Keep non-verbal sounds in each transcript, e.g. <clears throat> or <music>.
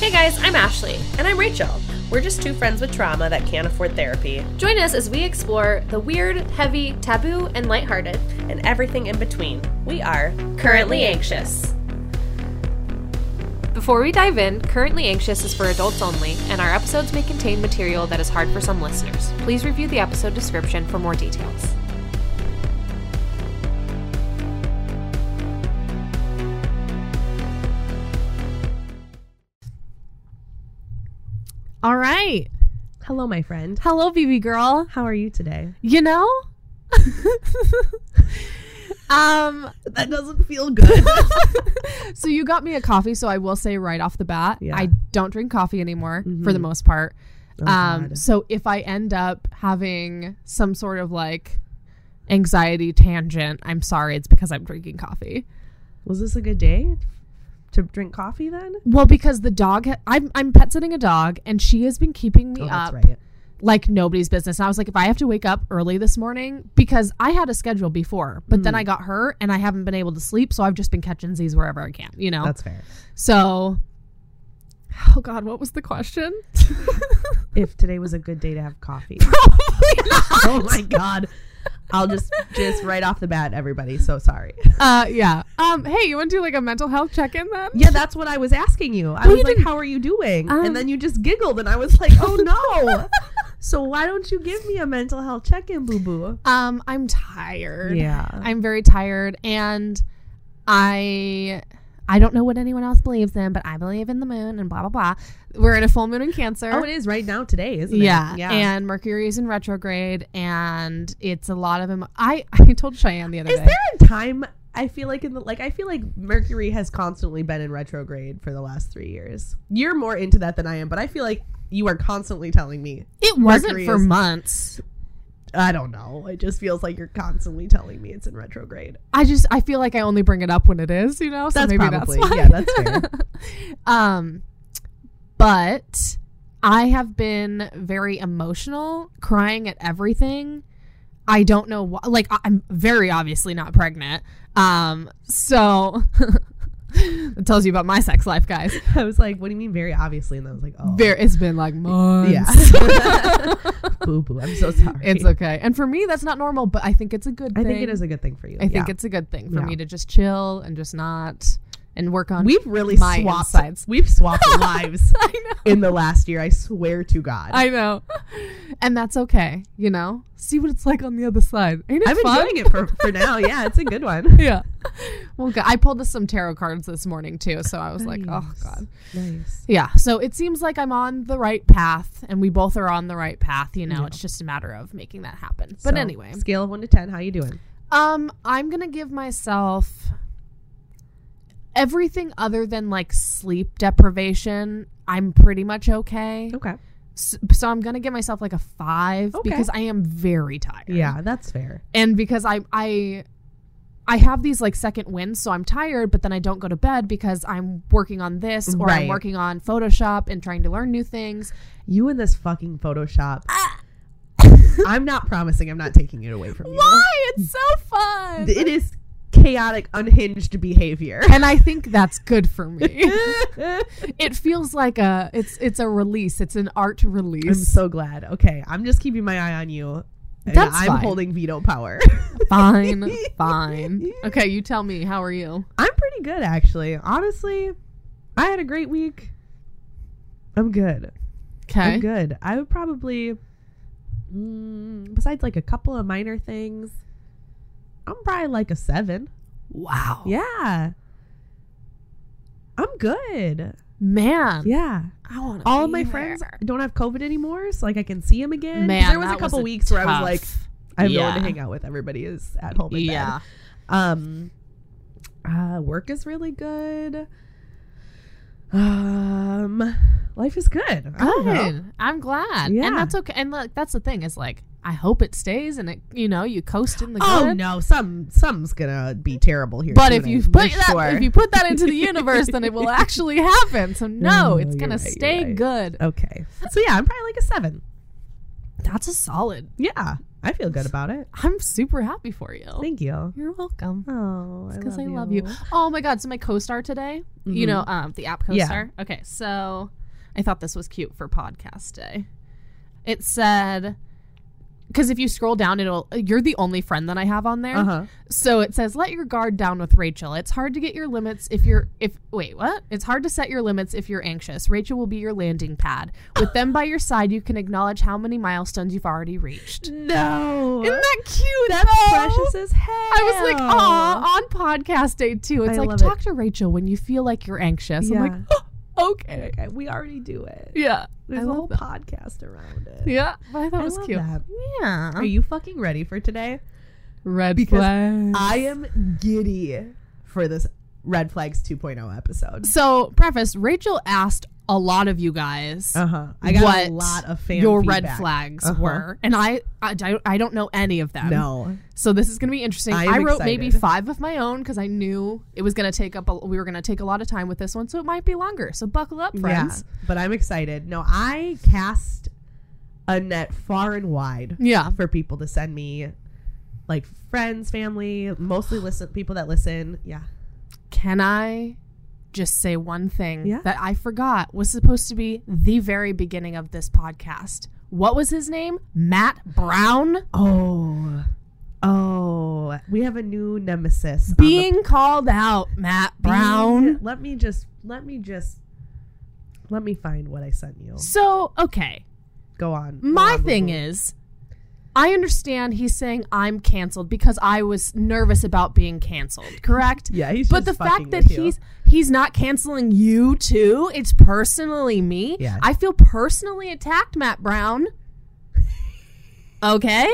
Hey guys, I'm Ashley. And I'm Rachel. We're just two friends with trauma that can't afford therapy Join us as we explore the weird, heavy, taboo, and lighthearted. and everything in between. We are Currently Anxious. Before we dive in, Currently Anxious is for adults only, and our episodes may contain material that is hard for some listeners. Please review the episode description for more details. All right. Hello, my friend. Hello, BB girl. How are you today? You <laughs> know? um, That doesn't feel good. <laughs> so you got me a coffee, so I will say right off the bat, Yeah. Mm-hmm. Oh, I don't drink coffee anymore for the most part. um, God. so if I end up having some sort of like anxiety tangent, I'm sorry, it's because I'm drinking coffee. Was this a good day to drink coffee then? Well, because the dog, ha- I'm I'm pet sitting a dog, and she has been keeping me Oh, up that's right. like nobody's business. And I was like, if I have to wake up early this morning, because I had a schedule before, but Mm. then I got her and I haven't been able to sleep. So I've just been catching Z's wherever I can, you know? That's fair. so, oh God, what was the question? If today was a good day to have coffee. <laughs> Probably not. oh my god. I'll just just right off the bat, everybody. So sorry. Uh, yeah. Um, hey, you want to do like a mental health check in then? Yeah, that's what I was asking you. I No, was you like, didn't. "How are you doing?" Um, and then you just giggled, and I was like, "Oh <laughs> no!" so why don't you give me a mental health check-in, boo boo? Um, I'm tired. Yeah. I'm very tired and I I don't know what anyone else believes in, but I believe in the moon and blah blah blah. We're in a full moon in Cancer. Oh, it is right now today, isn't yeah, it? And Mercury is in retrograde, and it's a lot of. Emo- I <laughs> I told Cheyenne the other is day. there a time? I feel like in the like I feel like Mercury has constantly been in retrograde for the last three years. You're more into that than I am, but I feel like you are constantly telling me. it wasn't Mercury for is- <laughs> months. I don't know. It just feels like you're constantly telling me it's in retrograde. I just I feel like I only bring it up when it is, you know. So That's maybe probably that's why. yeah. That's fair. <laughs> Um, but I have been very emotional, crying at everything. I don't know why. Like I- I'm very obviously not pregnant. Um, so <laughs> it tells you about my sex life, guys. I was like, "What do you mean?" Very obviously, and I was like, "Oh, Very, it's been like months. yeah." <laughs> boo boo. I'm so sorry. It's okay. And for me, that's not normal, but I think it's a good I thing. think it is a good thing for you. I think Yeah. it's a good thing for Yeah. me to just chill and just not and work on. we've really my swapped insides. we've swapped lives <laughs> I know. in the last year. I swear to God, I know. <laughs> And that's okay, you know? See what it's like on the other side. Ain't it have been fun? doing it for for <laughs> now. Yeah, it's a good <laughs> one. <laughs> Yeah. Well, go- I pulled us some tarot cards this morning too, so I was like, oh Nice. god. Nice. Yeah. So it seems like I'm on the right path and we both are on the right path, you know. It's just a matter of making that happen. But So, anyway. scale of one to ten, how you doing? Um, I'm gonna give myself everything other than like sleep deprivation. I'm pretty much okay. Okay. S- So I'm gonna give myself like a five Oh. Okay. because I am very tired. Yeah, that's fair. and because I I I have these like second wins, so I'm tired, but then I don't go to bed because I'm working on this or I'm Right. working on Photoshop and trying to learn new things. You in this fucking Photoshop. <laughs> I'm not promising. I'm not taking it away from you. Why? It's so fun. It is chaotic, unhinged behavior. <laughs> and I think that's good for me. it feels like a it's it's a release. It's an art I'm release. so <laughs> glad. Okay, I'm just keeping my eye on you. And That's I'm fine. holding veto <laughs> power. fine, fine. Okay, you tell me. How are you? I'm pretty good actually. Honestly, I had a great week. I'm good. I'm Okay. good. I would probably mm, besides like a couple of minor things, I'm probably like a 7. Wow. Yeah. I'm good. Man. Yeah. I want All my friends don't have covid anymore, so like I can see them again. 'Cause Man, there was a that couple was a weeks where I was tough- like I have no one Yeah. to hang out with. Everybody is at home in bed. Yeah. Um, uh, work is really good. Um, life is good. I don't know. Good. I'm glad. Yeah. And that's okay. And look, that's the thing is like, I hope it stays and it, you know, you coast in the Oh good. no, some some's gonna be terrible here. But soon, if I'm you put sure. that, if you put that <laughs> into the universe, then it will actually happen. So no, No, it's you're gonna right, you're stay right. good. okay, so yeah, I'm probably like a seven. That's a solid. Yeah, I feel good about it. I'm super happy for you. Thank you. You're welcome. Oh, Because I, love you. Oh my god! So my co-star today, you Mhm. know, um, the app Yeah. co-star. Okay, so I thought this was cute for podcast day. It said, because if you scroll down, it'll you're the only friend that I have on there. Uh huh. So it says, "Let your guard down with Rachel. It's hard to get your limits if you're if wait what? It's hard to set your limits if you're anxious. Rachel will be your landing pad. With them by your side, you can acknowledge how many milestones you've already reached. No. Isn't that cute? That's though? precious as hell. I was like, aw, on podcast day too. It's I like love talk to Rachel when you feel like you're anxious. I'm like, Yeah. "Oh, okay, Okay, we already do it. yeah, There's I a love whole that. podcast around it. yeah. But I thought I it was love cute. that. Yeah, Are you fucking ready for today? red because uh, flag. I am giddy for this Red Flags 2.0 episode. so preface. Rachel asked a lot of you guys. Uh huh. I got what a lot of fan your feedback. red flags Uh-huh. were, and I, I d- I don't know any of them. No. So this is gonna be interesting. I I, am wrote maybe excited. five of my own because I knew it was gonna take up. A, we were gonna take a lot of time with this one, so it might be longer. So buckle up, friends. Yeah, but I'm excited. No, I cast a net far and wide Yeah. for people to send me like friends, family, <gasps> mostly listen people that listen. Yeah. Can I just say one thing Yeah. that I forgot was supposed to be the very beginning of this podcast? What was his name? Matt Uh, Brown Oh. Oh, we have a new nemesis. on the- being called out. Matt Brown. Being- Let me just let me just let me find what I sent you. So okay. Go on. Go My on, thing boo-boo. is, I understand he's saying I'm canceled because I was nervous about being canceled, correct? Yeah, he's But the just fact fucking that with you. he's he's not canceling you too, it's personally me. Yeah. I feel personally attacked, Matt Brown. Okay?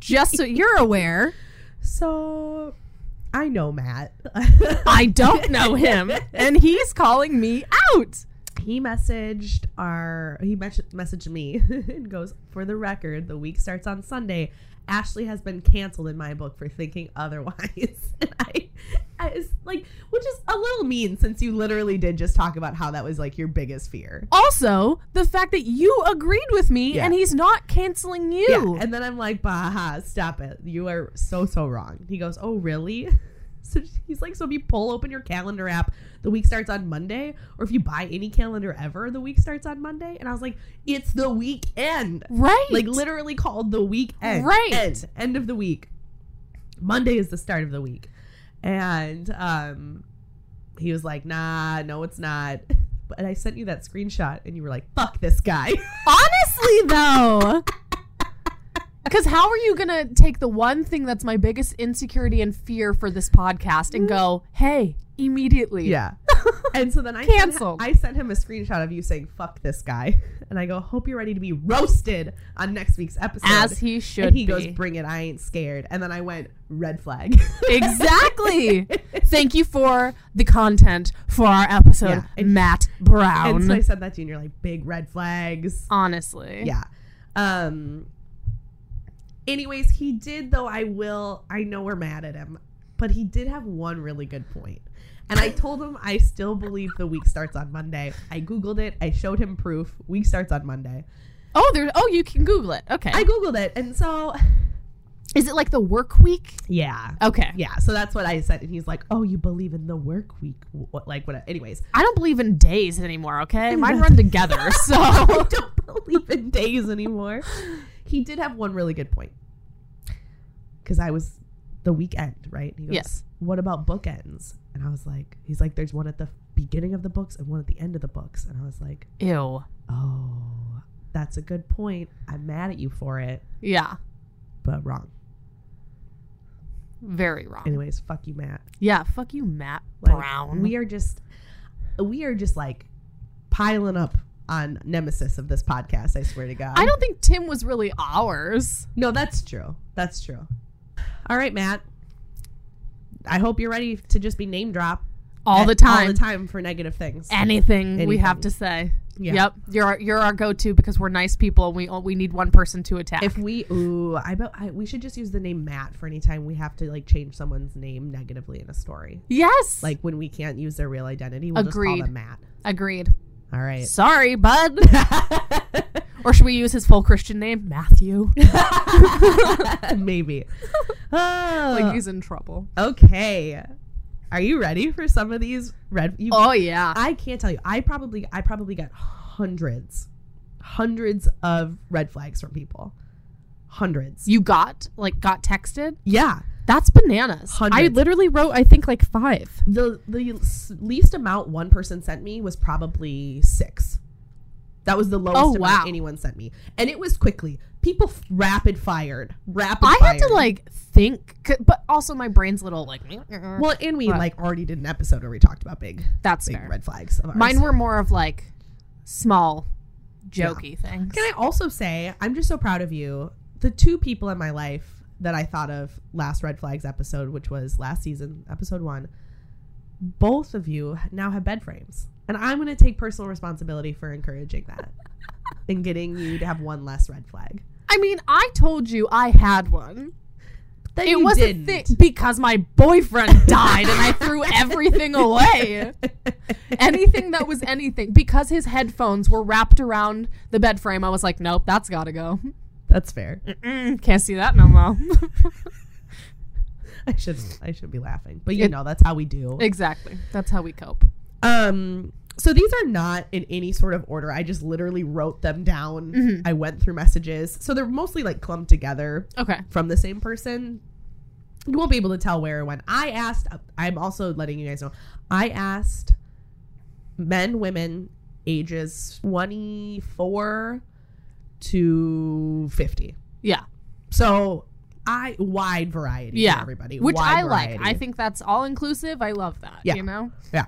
Just so you're aware, so I know Matt. I don't know him and he's calling me out. he messaged our he mes- messaged me <laughs> and goes for the record the week starts on sunday ashley has been canceled in my book for thinking otherwise <laughs> and I, I was like which is a little mean since you literally did just talk about how that was like your biggest fear Also, the fact that you agreed with me Yeah. and he's not canceling you. Yeah, and then i'm like baha stop it you are so so wrong he goes oh really <laughs> so he's like so if you pull open your calendar app the week starts on monday or if you buy any calendar ever the week starts on monday and i was like it's the weekend right. like literally called the weekend. Right. End, end of the week. Monday is the start of the week. And um he was like, nah, no, it's not. <laughs> But I sent you that screenshot and you were like, fuck this guy. <laughs> Honestly, though. Because how are you going to take the one thing that's my biggest insecurity and fear for this podcast and go, hey, immediately? yeah. <laughs> And so then I sent- Canceled. I sent him a screenshot of you saying, fuck this guy. <laughs> And I go, hope you're ready to be roasted on next week's episode. As he should and he be. goes, bring it, I ain't scared. And then I went, red flag. <laughs> <laughs> exactly. Thank you for the content for our episode, Yeah, and- Matt and so I Brown. said that to you and you're like, big red flags. Honestly. yeah um anyways he did though i will i know we're mad at him but he did have one really good point and i told him i still believe the week starts on monday i googled it i showed him proof week starts on monday Oh, there's. Oh, you can Google it. Okay. i googled it and so Is it like the work week? yeah Okay. yeah so that's what i said and he's like oh you believe in the work week what like what anyways I don't believe in days anymore. Okay. <laughs> Mine run together. So. <laughs> I don't believe in days anymore. He did have one really good point. Because I was the weekend, right? And he goes, Yes. What about bookends? And I was like, He's like, there's one at the beginning of the books and one at the end of the books. And I was like, Ew. Oh, that's a good point. I'm mad at you for it, Yeah. but wrong. Very wrong. Anyways, fuck you, Matt. Yeah. Fuck you, Matt Like, Brown. We are just, we are just like piling up on nemesis of this podcast. I swear to God. I don't think Tim was really ours. No, that's true. That's true. All right, Matt. I hope you're ready to just be name drop All at- the time. all the time for negative things. Anything, we Anything. have to say. Yeah. Yep. You're our, you're our go-to because we're nice people. We all- we need one person to attack. If we, ooh, I bet I, we should just use the name Matt for any time we have to like change someone's name negatively in a story. yes. Like when we can't use their real identity, we'll just Agreed. call them Matt. agreed. All right. Sorry, bud. Or should we use his full Christian name, <laughs> Matthew? <laughs> <laughs> Maybe. Oh, like he's in trouble. okay. Are you ready for some of these red? You, Oh yeah. I can't tell you. I probably I probably got hundreds, hundreds of red flags from people. Hundreds. You got like got texted? yeah. That's bananas. I Hundreds. literally wrote I think like 5. The the s- least amount one person sent me was probably six. That was the lowest Oh, amount wow. anyone sent me, and it was quickly. People f- rapid fired, rapid. I had to fired. like think c- but also my brain's little like well, Well, and we What? like already did an episode where we talked about big, that's big fair. red flags. Of ours. Mine were more of like small jokey things. Can I also say I'm just so proud of you. The two people in my life that I thought of last red flags episode, which was last season episode one, both of you now have bed frames, and I'm going to take personal responsibility for encouraging <laughs> that and getting you to have one less red flag. I mean, I told you I had one. That It you was a didn't. thing because my <laughs> boyfriend died and I threw everything away. Anything that was anything because his headphones were wrapped around the bed frame. I was like, nope, that's got to go. That's fair. Mm, can't see that no more. <laughs> I should I should be laughing, but you It- know that's how we do. exactly. That's how we cope. Um, so these are not in any sort of order. I just literally wrote them down. I went through messages. So they're mostly like clumped together Okay. from the same person. You won't be able to tell where or when. I asked, I'm also letting you guys know, I asked men, women, ages 24 to 50. Yeah. So I, wide variety. Yeah. Yeah. everybody. Which wide I like. I variety. think that's all inclusive. I love that. Yeah. You know? Yeah.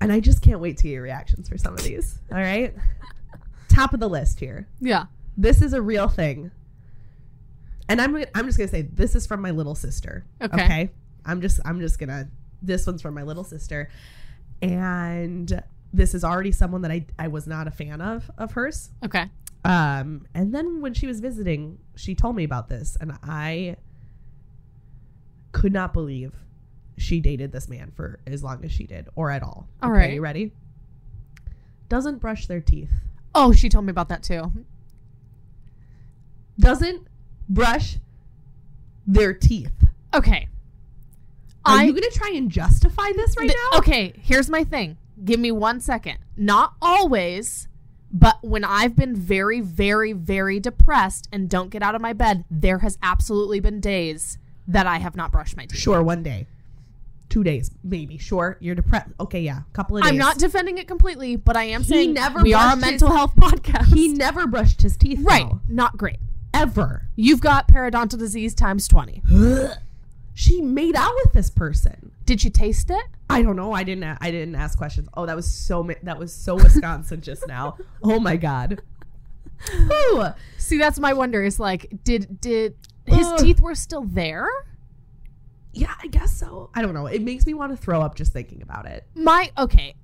And I just can't wait to get your reactions for some of these. <laughs> All right. Top of the list here. Yeah. This is a real thing. And I'm I'm just gonna say this is from my little sister. Okay. I'm just I'm just gonna this one's from my little sister. And this is already someone that I, I was not a fan of of hers. Okay. Um, and then when she was visiting, she told me about this, and I could not believe she dated this man for as long as she did, or at all. All All right, right. you ready? Doesn't brush their teeth. Oh, she told me about that too. Doesn't brush their teeth. Okay. Are I you gonna try and justify this right Th- now? Okay, here's my thing. Give me one second. Not always, but when I've been very, very, very depressed and don't get out of my bed, there has absolutely been days that I have not brushed my teeth. Sure, one day, two days, maybe. Sure, you're depressed. Okay, yeah, couple of days. I'm not defending it completely, but I am He saying never we are a brushed his- mental health podcast. He never brushed his teeth. right, though, not great. ever. You've got periodontal disease times 20. She made out with this person. Did you taste it? I don't know. I didn't. a- I didn't ask questions. Oh, that was so. ma- That <laughs> was so Wisconsin just now. Oh my god. Whew. See, that's my wonder is like, did did his Ugh. teeth were still there? Yeah, I guess so. I don't know. It makes me want to throw up just thinking about it. My okay,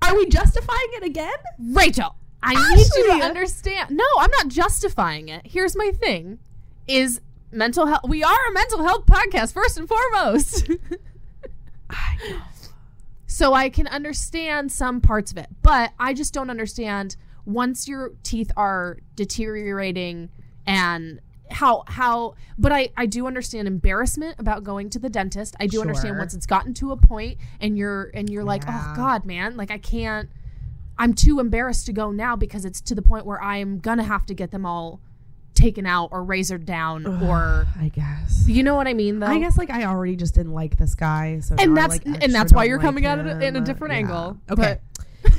Are we justifying it again? Rachel, I need you Ashley! to understand. No, I'm not justifying it. Here's my thing is mental health we are a mental health podcast first and foremost. <laughs> I know. so I can understand some parts of it, but I just don't understand once your teeth are deteriorating and how how but I I do understand embarrassment about going to the dentist. I do understand Sure. once it's gotten to a point and you're and you're like, "Oh Yeah. god, man, like I can't I'm too embarrassed to go now because it's to the point where I'm going to have to get them all taken out or razored down or I guess. you know what I mean though? I guess like I already just didn't like this guy. So and now I, that's like, extra and that's why don't you're like coming at it in a him. different Yeah. angle. Okay. But <laughs>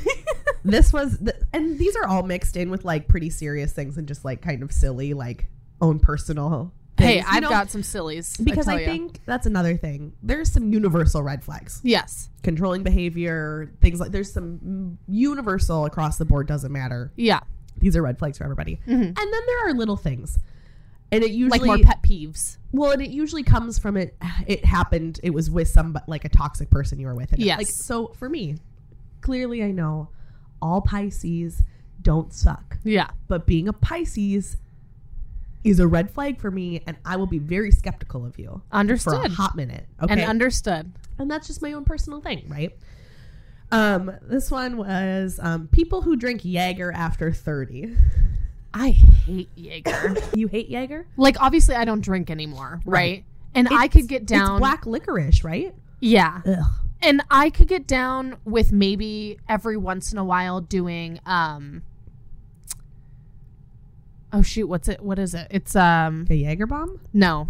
this was the, and these are all mixed in with like pretty serious things and just like kind of silly like own personal. Hey, things, you I've know? got some sillies. because tell I ya. think that's another thing. There's some universal red flags, yes, controlling behavior, things like there's some universal across the board. Doesn't matter. yeah, These are red flags for everybody. And then there are little things, and it usually like more pet peeves. well, and it usually comes from it. It happened. It was with some like a toxic person you were with. And it- Yes. Like so for me, clearly I know all Pisces don't suck, Yeah, but being a Pisces is a red flag for me, and I will be very skeptical of you for a understood hot minute. Okay. and understood. and that's just my own personal thing, right? Um, this one was um, people who drink Jaeger after 30. I hate Jaeger. You hate Jaeger? <coughs> like obviously I don't drink anymore, right? Right. And I It's- could get down It's black licorice, right? Yeah. Ugh. And I could get down with maybe every once in a while doing um Oh shoot, what's it what is it? It's um A Jaeger bomb? no.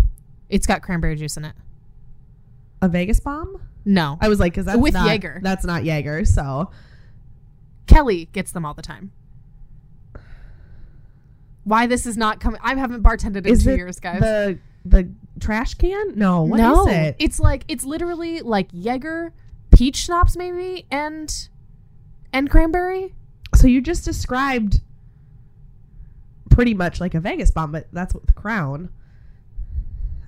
It's got cranberry juice in it. A Vegas bomb? No. I was like, because that's With not, Jaeger. That's not Jaeger. So Kelly gets them all the time. Why this is not coming? I haven't bartended in is two it years, guys. the the trash can? No, what is no, it? it's like it's literally like Jaeger, peach schnapps maybe, and and cranberry. So you just described pretty much like a Vegas bomb, but that's with the crown.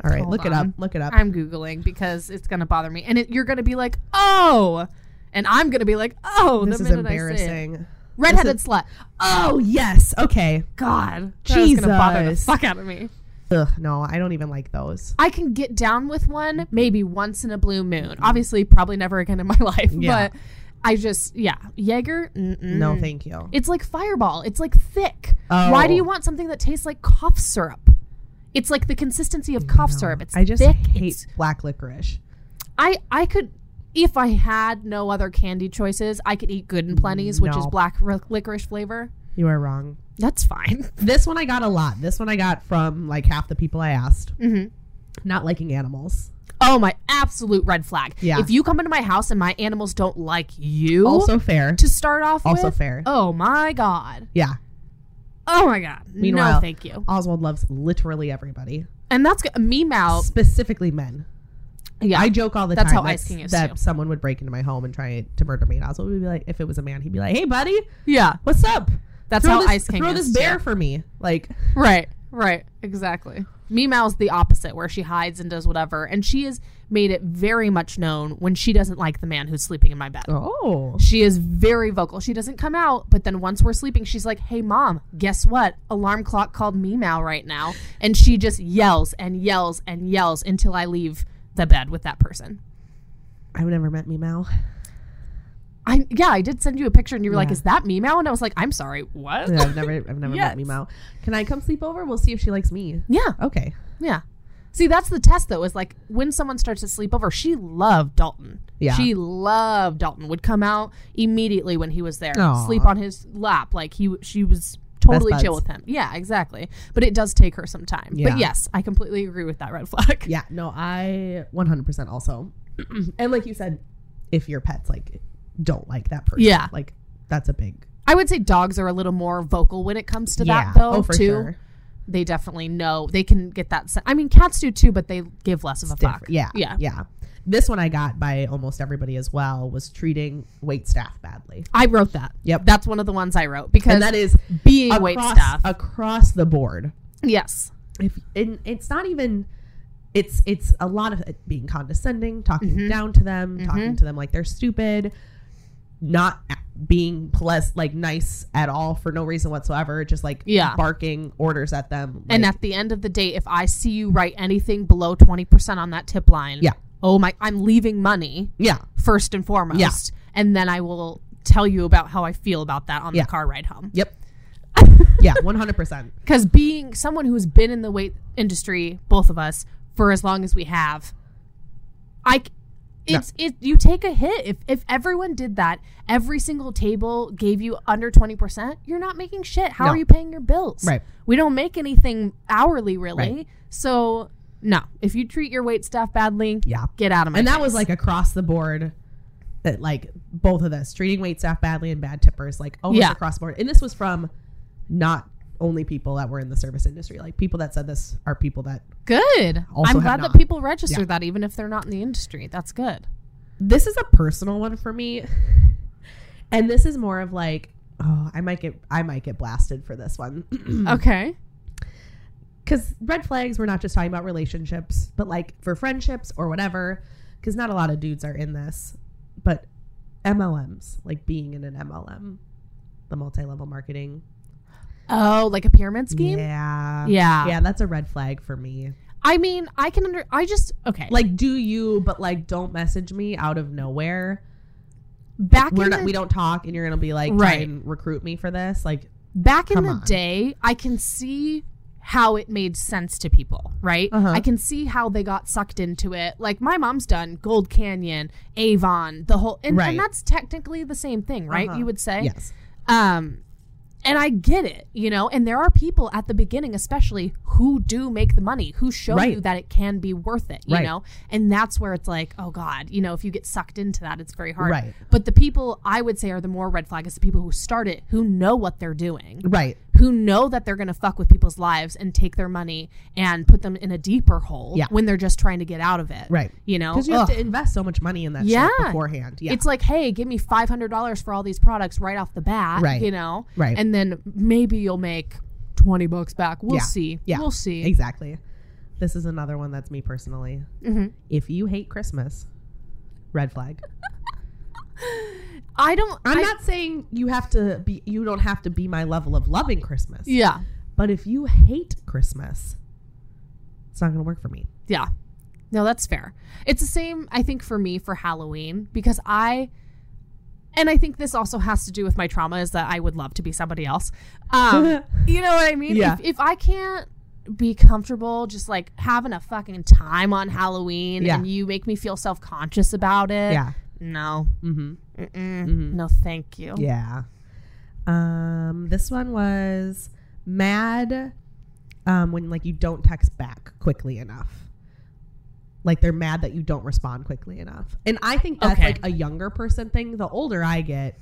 All right, Hold look it on. up. Look it up. I'm googling because it's gonna bother me, and it, you're gonna be like, oh, and I'm gonna be like, oh. this the is minute I say it. embarrassing. Redheaded This slut. Oh yes. Okay. God, Jesus, gonna bother the Jesus. fuck out of me. Ugh, no, I don't even like those. I can get down with one maybe once in a blue moon. Obviously, probably never again in my <laughs> life. Yeah. But I just, yeah, Jaeger. Mm-mm. No, thank you. It's like Fireball. It's like thick. Oh. Why do you want something that tastes like cough syrup? It's like the consistency of cough syrup. It's I just thick. hate It's- black licorice. I I could if I had no other candy choices, I could eat Good and Plenty's, which is No. black r- licorice flavor. You are wrong. That's fine. <laughs> This one I got a lot. This one I got from like half the people I asked. Mhm. Not liking animals. Oh my absolute red flag. Yeah. If you come into my house and my animals don't like you Also fair. to start off Also with, fair. Oh my god. Yeah. Oh my god. no, Meanwhile- thank you. Oswald loves literally everybody, And that's good. Meow. specifically men. Yeah. I joke all the That's time how that, Ice King is, that too. someone would break into my home and try to murder me. And Oswald would be like, if it was a man, he'd be like, hey, buddy, yeah. what's up? That's throw how this, Ice King Throw is, this bear too. for me. Like, Right, right, exactly. Meow's the opposite, where she hides and does whatever, and she has made it very much known when she doesn't like the man who's sleeping in my bed. oh. She is very vocal. She doesn't come out, but then once we're sleeping, she's like, "Hey, mom, guess what? Alarm clock called Meow right now," and she just yells and yells and yells until I leave the bed with that person. I've never met Meow. I yeah, I did send you a picture, and you were like, Yeah. "Is that Meow?" And I was like, "I'm sorry, what?" Yeah, I've never, I've never <laughs> Yes. met Meow. Can I come sleep over? We'll see if she likes me. yeah. Okay. Yeah. See, that's the test though, is like when someone starts to sleep over, she loved Dalton. Yeah. She loved Dalton. Would come out immediately when he was there. Aw. Sleep on his lap. Like he she was totally Best chill buds. with him. Yeah, exactly. But it does take her some time. Yeah. But yes, I completely agree with that red flag. Yeah. No, I 100% also. <clears throat> and like you said, if your pets like don't like that person, Yeah. like that's a big I would say dogs are a little more vocal when it comes to Yeah. that though, Oh, for too. sure. They definitely know. They can get that sen- I mean cats do too, but they give less of a fuck. different. Yeah. Yeah. Yeah. This one I got by almost everybody as well was treating wait staff badly. I wrote that. Yep. That's one of the ones I wrote because And that is being across, wait staff. across the board. yes. If and it's not even it's it's a lot of it being condescending, talking Mm-hmm. down to them, talking to them like they're stupid, not a- being plus like nice at all for no reason whatsoever, just like Yeah. barking orders at them. And like, at the end of the day, if I see you write anything below 20% on that tip line, Yeah. oh my, I'm leaving money yeah, first and foremost. Yeah. And then I will tell you about how I feel about that on Yeah. the car ride home. <laughs> yep. yeah, 100%. Because being someone who's been in the weight industry, both of us, for as long as we have, I. c- It's it. You take a hit if if everyone did that. Every single table gave you under twenty percent. You're not making shit. How No. are you paying your bills? Right. We don't make anything hourly, really. Right. So no. If you treat your wait staff badly, Yeah. get out of my. and that face. was like across the board that like both of us treating wait staff badly and bad tippers like almost Yeah. across the board and this was from not only people that were in the service industry like people that said this are people that good. Also I'm have glad not. that people register Yeah. that even if they're not in the industry. That's good. this is a personal one for me <laughs> and this is more of like oh i might get i might get blasted for this one <laughs> Okay. because red flags we're not just talking about relationships but like for friendships or whatever because not a lot of dudes are in this but mlms like being in an mlm the multi-level marketing Oh, like a pyramid scheme. yeah Yeah. yeah that's a red flag for me I mean, I can under. I just okay. like do you but like don't message me out of nowhere back We're in not, the, we don't talk, and you're gonna be like, Right. try and recruit me for this. Like, back in Come the on. day, I can see how it made sense to people, right? Uh-huh. I can see how they got sucked into it. Like my mom's done Gold Canyon, Avon, the whole and, Right. and that's technically the same thing, right? Uh-huh. You would say. yes, Um and I get it, you know, and there are people at the beginning especially who do make the money, who show Right. you that it can be worth it, you Right. know? And that's where it's like, oh god, you know, if you get sucked into that, it's very hard. Right. But the people I would say are the more red flag is the people who start it, who know what they're doing right, who know that they're going to fuck with people's lives and take their money and put them in a deeper hole Yeah. when they're just trying to get out of it. right. You know? Because you have Ugh. to invest so much money in that Yeah. shit beforehand. Yeah, It's like, hey, give me $500 for all these products right off the bat, Right. you know? Right. And then maybe you'll make 20 bucks back. We'll Yeah. see. Yeah. We'll see. exactly. This is another one that's me personally. Mhm. If you hate Christmas, red <laughs> flag. I don't. I'm I- not saying you have to be. You don't have to be my level of loving Christmas. Yeah. But if you hate Christmas, it's not going to work for me. <laughs> Yeah. No, that's fair. It's the same, I think, for me for Halloween because I, and I think this also has to do with my trauma is that I would love to be somebody else. <laughs> Um, you know what I mean? Yeah. If, if I can't be comfortable just like having a fucking time on Halloween Yeah. and you make me feel self conscious about it, Yeah. no, Mm-hmm. Mm-mm. no, thank you. Yeah. Um, this one was mad um, when like you don't text back quickly enough. Like they're mad that you don't respond quickly enough. And I think that's Okay. like a younger person thing. The older I get,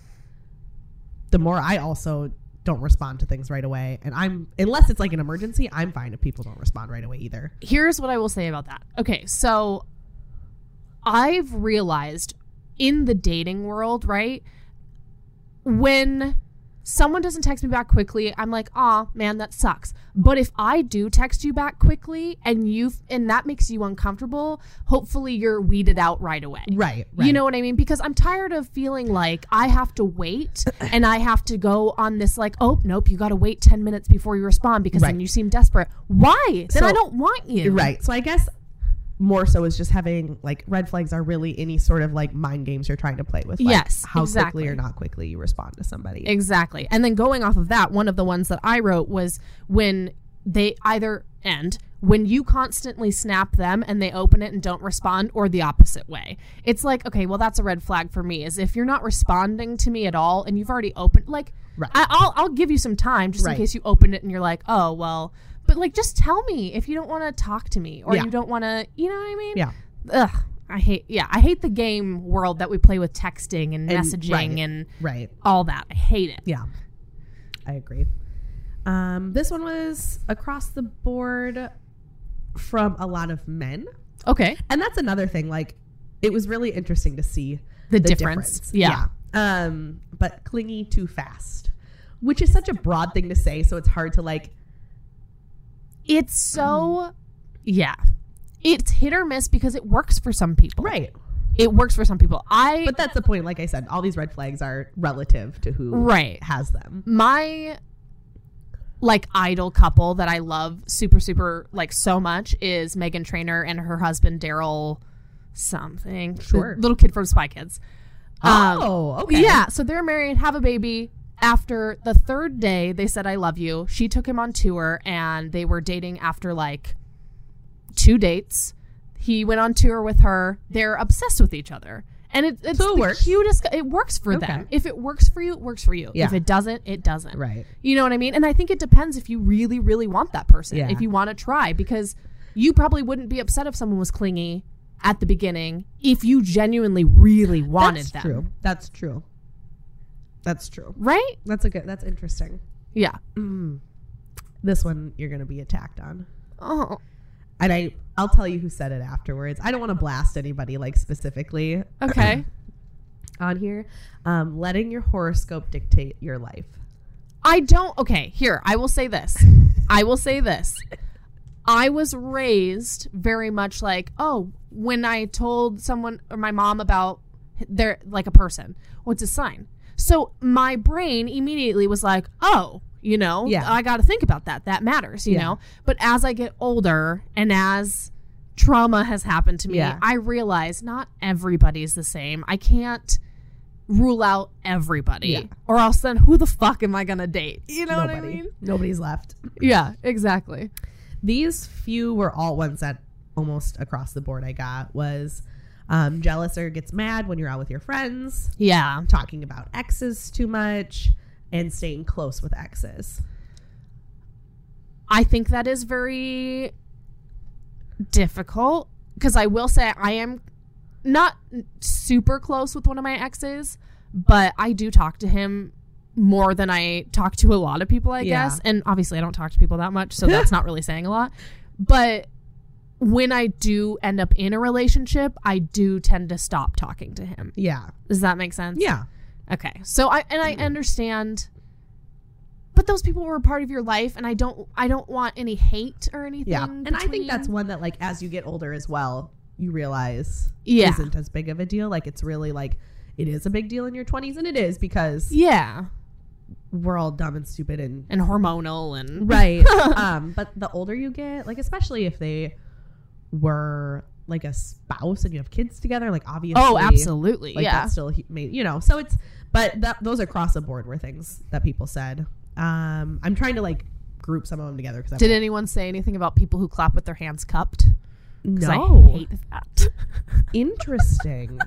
the more I also don't respond to things right away. And I'm unless it's like an emergency, I'm fine if people don't respond right away either. here's what I will say about that. Okay, so I've realized in the dating world, right? When someone doesn't text me back quickly, I'm like, "Ah, man, that sucks." But if I do text you back quickly and you and that makes you uncomfortable, hopefully you're weeded out right away. Right. You know what I mean? Because I'm tired of feeling like I have to <clears throat> wait and I have to go on this like, oh nope, you got to wait ten minutes before you respond because Right. then you seem desperate. Why? Then I So- don't want you. Right. So I guess more so is just having like red flags are really any sort of like mind games you're trying to play with. Like, Yes, How exactly. quickly or not quickly you respond to somebody. Exactly. And then going off of that, one of the ones that I wrote was when they either end when you constantly snap them and they open it and don't respond or the opposite way. It's like, okay, well that's a red flag for me is if you're not responding to me at all and you've already opened like Right. I, I'll I'll give you some time just Right. in case you open it and you're like, "Oh, well, but like just tell me if you don't want to talk to me or Yeah. you don't want to, you know what I mean? yeah. Ugh. I hate yeah, I hate the game world that we play with texting and, And- messaging right. and Right. all that. I hate it. Yeah. I agree. Um, this one was across the board from a lot of men. Okay. And that's another thing. Like, it was really interesting to see The difference. Yeah. Yeah. Um, but clingy too fast, which is such a broad thing to say. So it's hard to like It's so, yeah. It's hit or miss because it works for some people. Right. It works for some people. I, But that's the point. Like I said, all these red flags are relative to who right. has them. My, like, idol couple that I love super, super, like, so much is Megan Trainor and her husband, Daryl something. The Sure. little kid from Spy Kids. Um, oh, okay. Yeah, so they're married, have a baby. After the third day, they said, I love you. She took him on tour and they were dating after like two dates. He went on tour with her. They're obsessed with each other. And it, it's So it the works. cutest. It works for Okay. them. If it works for you, it works for you. Yeah. If it doesn't, it doesn't. Right. You know what I mean? And I think it depends if you really, really want that person, Yeah. if you want to try, because you probably wouldn't be upset if someone was clingy at the beginning if you genuinely, really wanted That's them. true. That's true. That's true. Right? That's a good that's interesting. Yeah. This one you're gonna be attacked on. Oh. And I I'll tell you who said it afterwards. I don't want to blast anybody like specifically <clears throat> Okay. on here. Um, letting your horoscope dictate your life. I don't. Okay. Here, I will say this. I will say this. I was raised very much like, oh, when I told someone or my mom about their like a person, what's a sign? So my brain immediately was like, oh, you know, Yeah. I got to think about that. That matters, you Yeah. know. But as I get older and as trauma has happened to me, Yeah. I realize not everybody's the same. I can't rule out everybody, Yeah. or else then who the fuck am I gonna date? You know what I Nobody. mean? Nobody's left. Yeah, exactly. These few were all ones that almost across the board I got was um, jealous or gets mad when you're out with your friends, Yeah, talking about exes too much, and staying close with exes. I think that is very difficult because I will say I am not super close with one of my exes, but I do talk to him more than I talk to a lot of people, I Yeah. guess. And obviously, I don't talk to people that much, <laughs> so that's not really saying a lot. But when I do end up in a relationship, I do tend to stop talking to him. Yeah. Does that make sense? Yeah. Mm-hmm. Okay. So I and I understand but those people were a part of your life and I don't I don't want any hate or anything. Yeah. And I think between- that's one that, like, as you get older as well, you realize Yeah. isn't as big of a deal. Like, it's really like, it is a big deal in your 20s, and it is because Yeah. we're all dumb and stupid and And hormonal and <laughs> right <laughs> um but the older you get like especially if they were like a spouse and you have kids together like obviously Oh, absolutely. like yeah. that's still hu- ma- you know so it's but that, those across the board were things that people said um i'm trying to like group some of them together because Did anyone say anything about people who clap with their hands cupped? 'Cause no I hate that. <laughs> interesting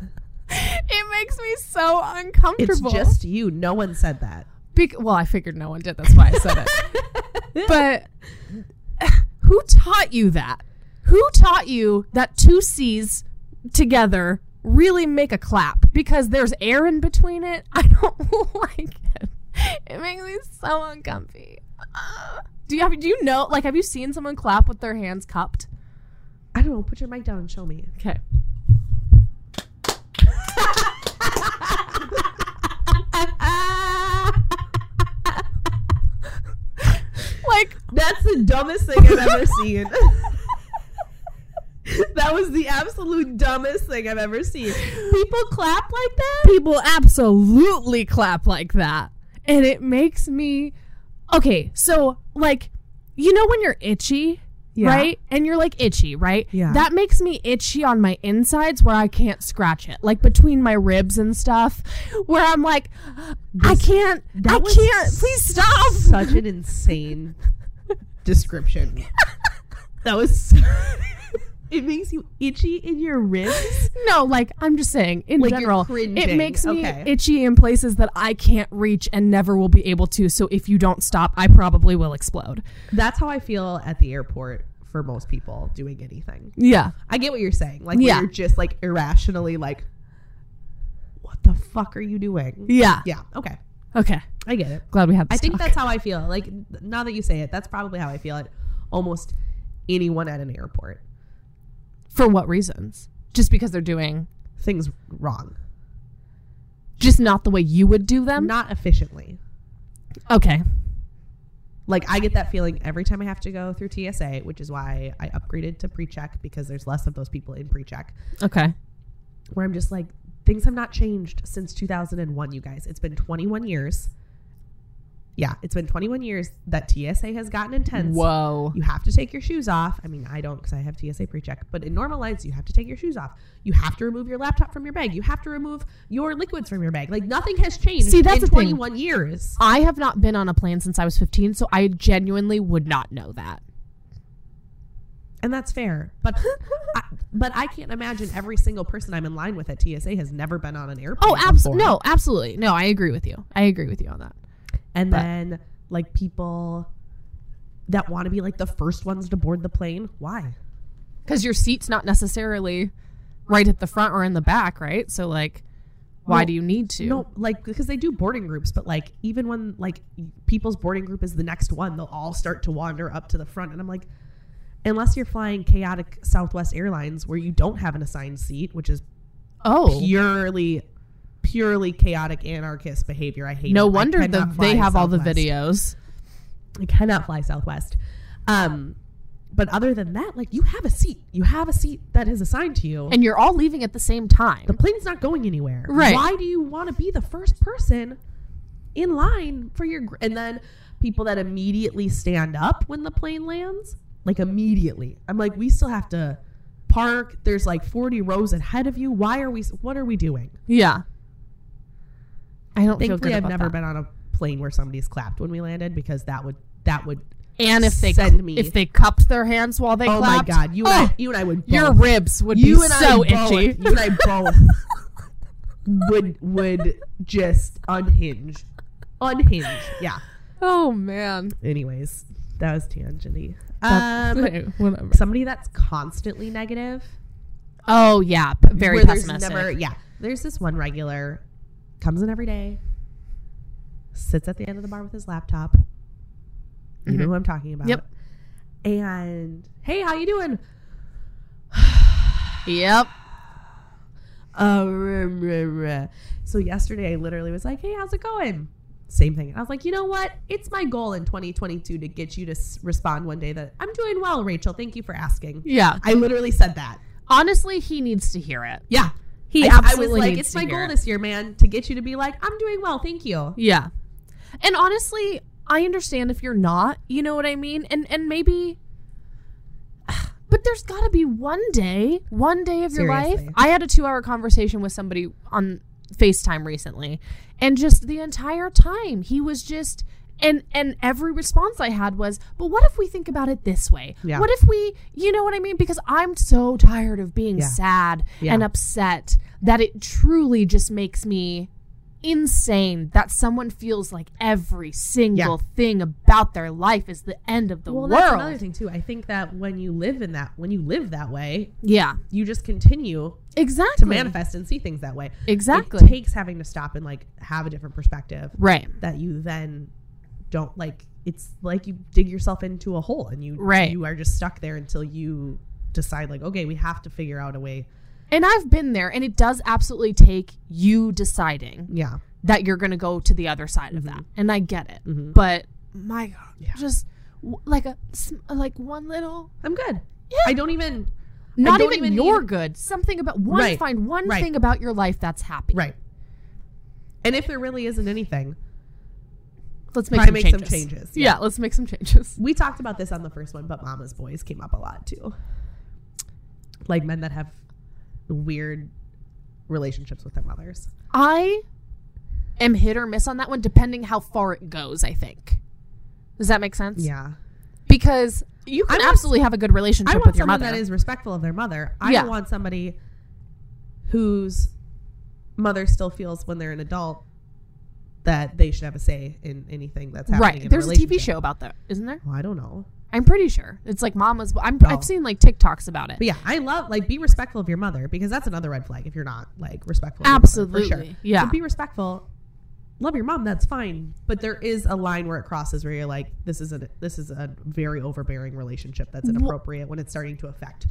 it makes me so it's uncomfortable. just you no one said that Bec- well, I figured no one did. That's why I said it. but who taught you that? Who taught you that two C's together really make a clap? Because there's air in between it. <laughs> I don't like it. It makes me so uncomfy. Ah. Do you have? Do you know? Like, have you seen someone clap with their hands cupped? i don't know put your mic down and show me Okay. like, That's the dumbest thing I've <laughs> ever seen. <laughs> that was the absolute dumbest thing I've ever seen. people clap like that? People absolutely clap like that. And it makes me Okay, so like you know when you're itchy, Yeah. right? And you're like itchy, right? Yeah. That makes me itchy on my insides where I can't scratch it, like between my ribs and stuff, where I'm like, I can't, I was can't, please stop. Such <laughs> an insane description. <laughs> That was. <laughs> it makes you itchy in your ribs. No, like I'm just saying in Like you're general, it cringing. makes me Okay. itchy in places that I can't reach and never will be able to. So if you don't stop, I probably will explode. That's how I feel at the airport for most people doing anything. Yeah, I get what you're saying. Like, where Yeah. you're just like irrationally like, what the fuck are you doing? yeah, Yeah. Okay. Okay, I get it. glad we had. I This think talk. that's how I feel. Like th- now that you say it, that's probably how I feel at almost anyone at an airport. for what reasons? Just because they're doing Things wrong, just not the way you would do them. not efficiently. okay, Like I get that feeling every time I have to go through TSA, which is why I upgraded to pre-check because there's less of those people in pre-check. okay, Where I'm just like, things have not changed since 2001, you guys. It's been 21 years. Yeah, it's been 21 years that TSA has gotten intense. whoa, You have to take your shoes off. I mean, I don't because I have TSA pre-check, but in normal lines, you have to take your shoes off. You have to remove your laptop from your bag. You have to remove your liquids from your bag. Like nothing has changed See, that's in the thing. 21 years. I have not been on a plane since I was 15, so I genuinely would not know that. And that's fair. <laughs> But I, but I can't imagine every single person I'm in line with at TSA has never been on an airplane. Oh, absolutely. before. No, absolutely. No, I agree with you. I agree with you on that. And But- then like people that want to be like the first ones to board the plane. Why? because your seat's not necessarily right at the front or in the back, right? So like, why Well, do you need to? No, like because they do boarding groups, but like even when like people's boarding group is the next one, they'll all start to wander up to the front, and I'm like, unless you're flying chaotic Southwest Airlines where you don't have an assigned seat, which is oh, purely, purely chaotic anarchist behavior. I hate. no it. I wonder cannot the, fly they have all the Southwest. videos. I cannot fly Southwest. Um, but other than that, like you have a seat, you have a seat that is assigned to you. And you're all leaving at the same time. The plane's not going anywhere. Right. Why do you want to be the first person in line for your? gr- And then people that immediately stand up when the plane lands, like immediately. I'm like, we still have to park. There's like 40 rows ahead of you. Why are we? What are we doing? yeah. I don't feel Thankfully, good I've about never that. been on a plane where somebody's clapped when we landed because that would that would. and if they send me- if they cupped their hands while they oh clapped, my god, you and oh, I, you and I would. Both, your ribs would you be and so I both, itchy. You <laughs> and I both would would just unhinge, unhinge. Yeah. Oh <laughs> man. Anyways, that was tangentially. That- <laughs> Um, whatever. somebody that's constantly negative. Oh yeah, p- very where there's pessimistic. Never, yeah, there's this one regular comes in every day, sits at the end of the bar with his laptop. You know Mhm. who I'm talking about. Yep. And hey, how you doing? Yep. Uh, ruh, ruh, ruh. So yesterday, I literally was like, "Hey, how's it going?" Same thing. I was like, "You know what? It's my goal in 2022 to get you to s- respond one day that I'm doing well, Rachel. Thank you for asking." Yeah. I literally said that. Honestly, he needs to hear it. Yeah, He I, I was absolutely like, needs "It's to my hear goal it. this year, man, to get you to be like, I'm doing well, thank you." Yeah. And honestly, I understand if you're not, you know what I mean? And and maybe <sighs> but there's got to be one day, one day of your life. Seriously. I had a 2-hour conversation with somebody on FaceTime recently, and just the entire time he was just and and every response I had was, "But what if we think about it this way? Yeah. What if we, you know what I mean? Because I'm so tired of being Yeah. sad Yeah. and upset that it truly just makes me insane that someone feels like every single thing about their life is the end of the well, world. that's another thing too. I think that when you live in that, when you live that way, Yeah, you just continue exactly. to manifest and see things that way. Exactly. It takes having to stop and like have a different perspective right. that you then don't like. It's like you dig yourself into a hole and you Right. you are just stuck there until you decide like, okay, we have to figure out a way. And I've been there, and it does absolutely take you deciding Yeah, that you're going to go to the other side of that. And I get it. Mhm. But my God, Mm-hmm. Yeah. just w- like a s- like one little I'm good. I don't even not don't even, even your need- good something about one Right. find one Right. thing about your life that's happy right. And if there really isn't anything, let's make, Try some, make some changes. changes, yeah. yeah. let's make some <laughs> changes we talked about this on the first one, but Mama's Boys came up a lot too. Like men that have weird relationships with their mothers. i am hit or miss on that one depending how far it goes i think does that make sense Yeah. because you can I want- absolutely have a good relationship I want with your someone mother that is respectful of their mother. I Yeah. don't want somebody whose mother still feels when they're an adult that they should have a say in anything that's happening. right in there's a, tv relationship. show about that isn't there Well, I don't know. i'm pretty sure it's like mama's i'm Oh. i've seen like tiktoks about it But yeah, I love like be respectful of your mother because that's another red flag if you're not like respectful. Of absolutely your mother, for sure. yeah So be respectful. Love your mom, that's fine. But there is a line where it crosses where you're like, this is a this is a very overbearing relationship that's Wh- inappropriate when it's starting to affect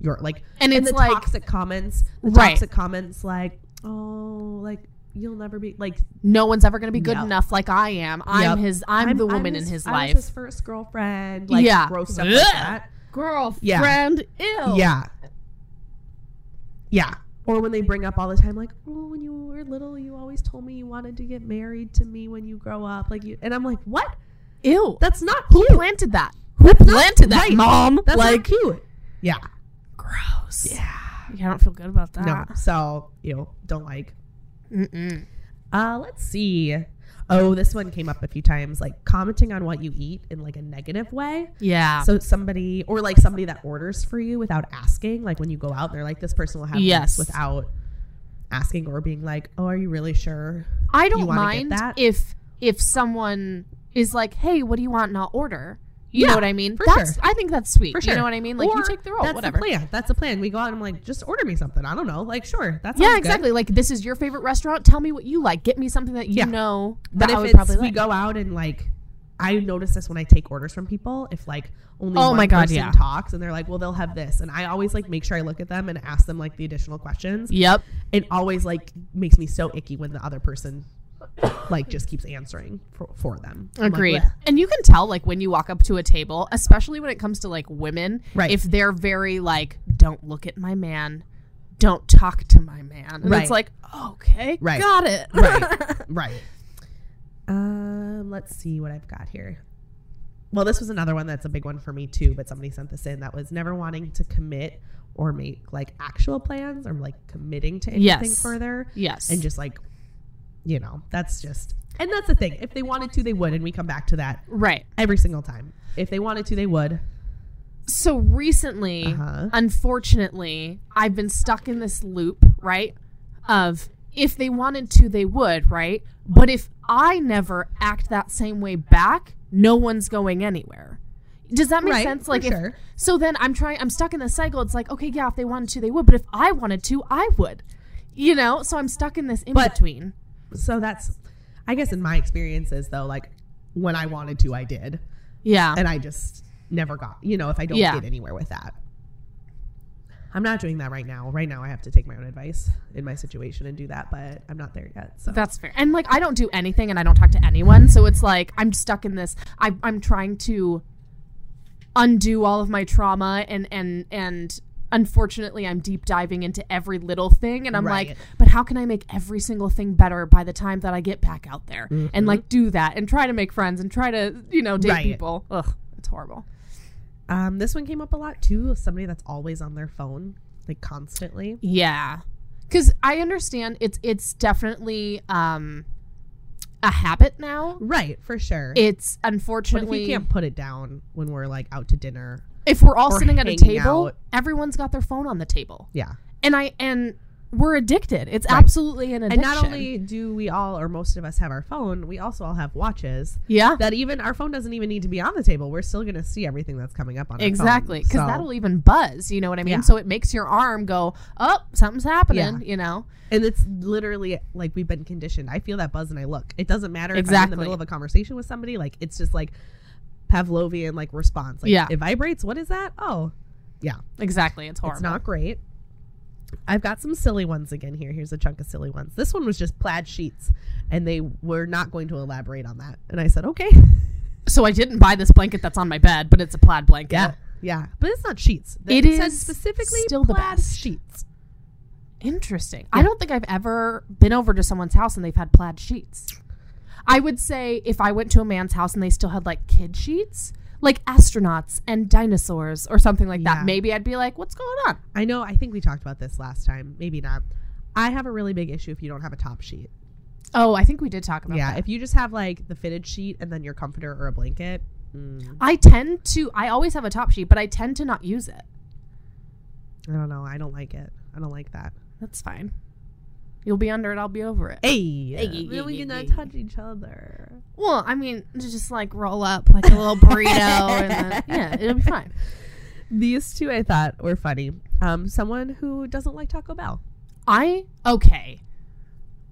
your like and it's the like toxic comments. The Right. toxic comments like, oh, like you'll never be like no one's ever going to be good Yep. enough like i am i'm Yep. his i'm, the woman in his I was life his first girlfriend. Like Yeah. gross stuff like Ugh. that. girlfriend Yeah. ew Yeah. Yeah. Or when they bring up all the time, like, oh, when you were little, you always told me you wanted to get married to me when you grow up. Like you and I'm like, what? ew That's not who cute. planted that who planted that right. mom That's like not cute. Yeah. gross Yeah. Yeah, I don't feel good about No. that. So, you know, don't like. Mm-mm. Uh, let's see. Oh, this one came up a few times, like commenting on what you eat in like a negative way. Yeah. So somebody or like somebody that orders for you without asking, like when you go out, they're like, this person will have Yes. this without asking or being like, oh, are you really sure? I don't wanna get mind that? if if someone is like, "Hey, what do you want?" and I'll order. You Yeah, know what I mean? for That's sure. I think that's sweet. For sure. You know what I mean? Like you Or take the role, that's whatever. The plan. That's the plan. We go out and I'm like, just order me something. I don't know. Like, sure. That's yeah, exactly. Like this is your favorite restaurant. Tell me what you like. Get me something that you Yeah. know that But I if would it's, probably we like. go out and like, I notice this when I take orders from people. If like only Oh one my God, person yeah. talks and they're like, well, they'll have this, and I always like make sure I look at them and ask them like the additional questions. yep. It always like makes me so icky when the other person like just keeps answering for, for them. I'm like, Agreed. "Bleh." and you can tell like when you walk up to a table, especially when it comes to like women, Right. if they're very like, don't look at my man, don't talk to my man. And Right. it's like, okay, Right. got it. Right. right. Um, let's see what I've got here. Well, this was another one that's a big one for me too, but somebody sent this in that was never wanting to commit or make like actual plans or like committing to anything <laughs> Yes. further yes. and just like you know, that's just. And that's the thing. If they wanted to, they would. And we come back to that Right. every single time. If they wanted to, they would. So recently, Uh-huh. unfortunately, I've been stuck in this loop, right? Of if they wanted to, they would, right? But if I never act that same way back, no one's going anywhere. Does that make Right, sense? for Like, if- sure. so then I'm trying, I'm stuck in this cycle. It's like, okay, yeah, if they wanted to, they would, but if I wanted to, I would. You know, so I'm stuck in this in But- between. So that's, I guess, in my experiences, though, like when I wanted to, I did. Yeah. And I just never got, you know, if I don't Yeah. get anywhere with that. I'm not doing that right now. Right now, I have to take my own advice in my situation and do that, but I'm not there yet. So That's fair. And like, I don't do anything and I don't talk to anyone. So it's like, I'm stuck in this. I, I'm trying to undo all of my trauma and, and, and unfortunately I'm deep diving into every little thing. And I'm like, Right. but how can I make every single thing better by the time that I get back out there and like do that and try to make friends and try to, you know, date Mm-hmm. Right. people. Ugh, it's horrible. um, this one came up a lot too. of Somebody that's always on their phone, like constantly. Yeah. Cause I understand it's, it's definitely, um, a habit now. Right, for sure. It's but unfortunately if you can't put it down when we're like out to dinner, if we're all Or sitting at a hanging table, out. everyone's got their phone on the table. yeah. And I and we're addicted. It's absolutely an And addiction. not only do we all, or most of us, have our phone, we also all have watches. yeah, That even our phone doesn't even need to be on the table. We're still going to see everything that's coming up on our exactly, phone. because So- that'll even buzz. You know what I mean? Yeah. So it makes your arm go, oh, something's happening. Yeah. You know? And it's literally like we've been conditioned. I feel that buzz and I look. It doesn't matter if I'm in the Exactly. middle of a conversation with somebody. Like it's just like Pavlovian like response. Like Yeah. it vibrates. What is that? Oh, yeah. Exactly. It's horrible. It's not great. I've got some silly ones again here. Here's a chunk of silly ones. This one was just plaid sheets, and they were not going to elaborate on that. And I said, okay, <laughs> so I didn't buy this blanket that's on my bed, but it's a plaid blanket. yeah, yeah. But it's not sheets. It said is specifically still the plaid best. sheets. Interesting. I don't think I've ever been over to someone's house and they've had plaid sheets. I would say if I went to a man's house and they still had like kid sheets, like astronauts and dinosaurs or something like Yeah. that, maybe I'd be like, what's going on? I know. I think we talked about this last time. Maybe not. I have a really big issue if you don't have a top sheet. Oh, I think we did talk about Yeah, that. if you just have like the fitted sheet and then your comforter or a blanket, mm, I tend to, I always have a top sheet, but I tend to not use it. I don't know. I don't like it. I don't like that. That's fine. You'll be under it, I'll be over it. Hey, Ay, ay, ay, ay, ay. each other. Well, I mean, just like roll up like a <laughs> little burrito and then, yeah, it'll be fine. These two I thought were funny. Um, someone who doesn't like Taco Bell. I okay.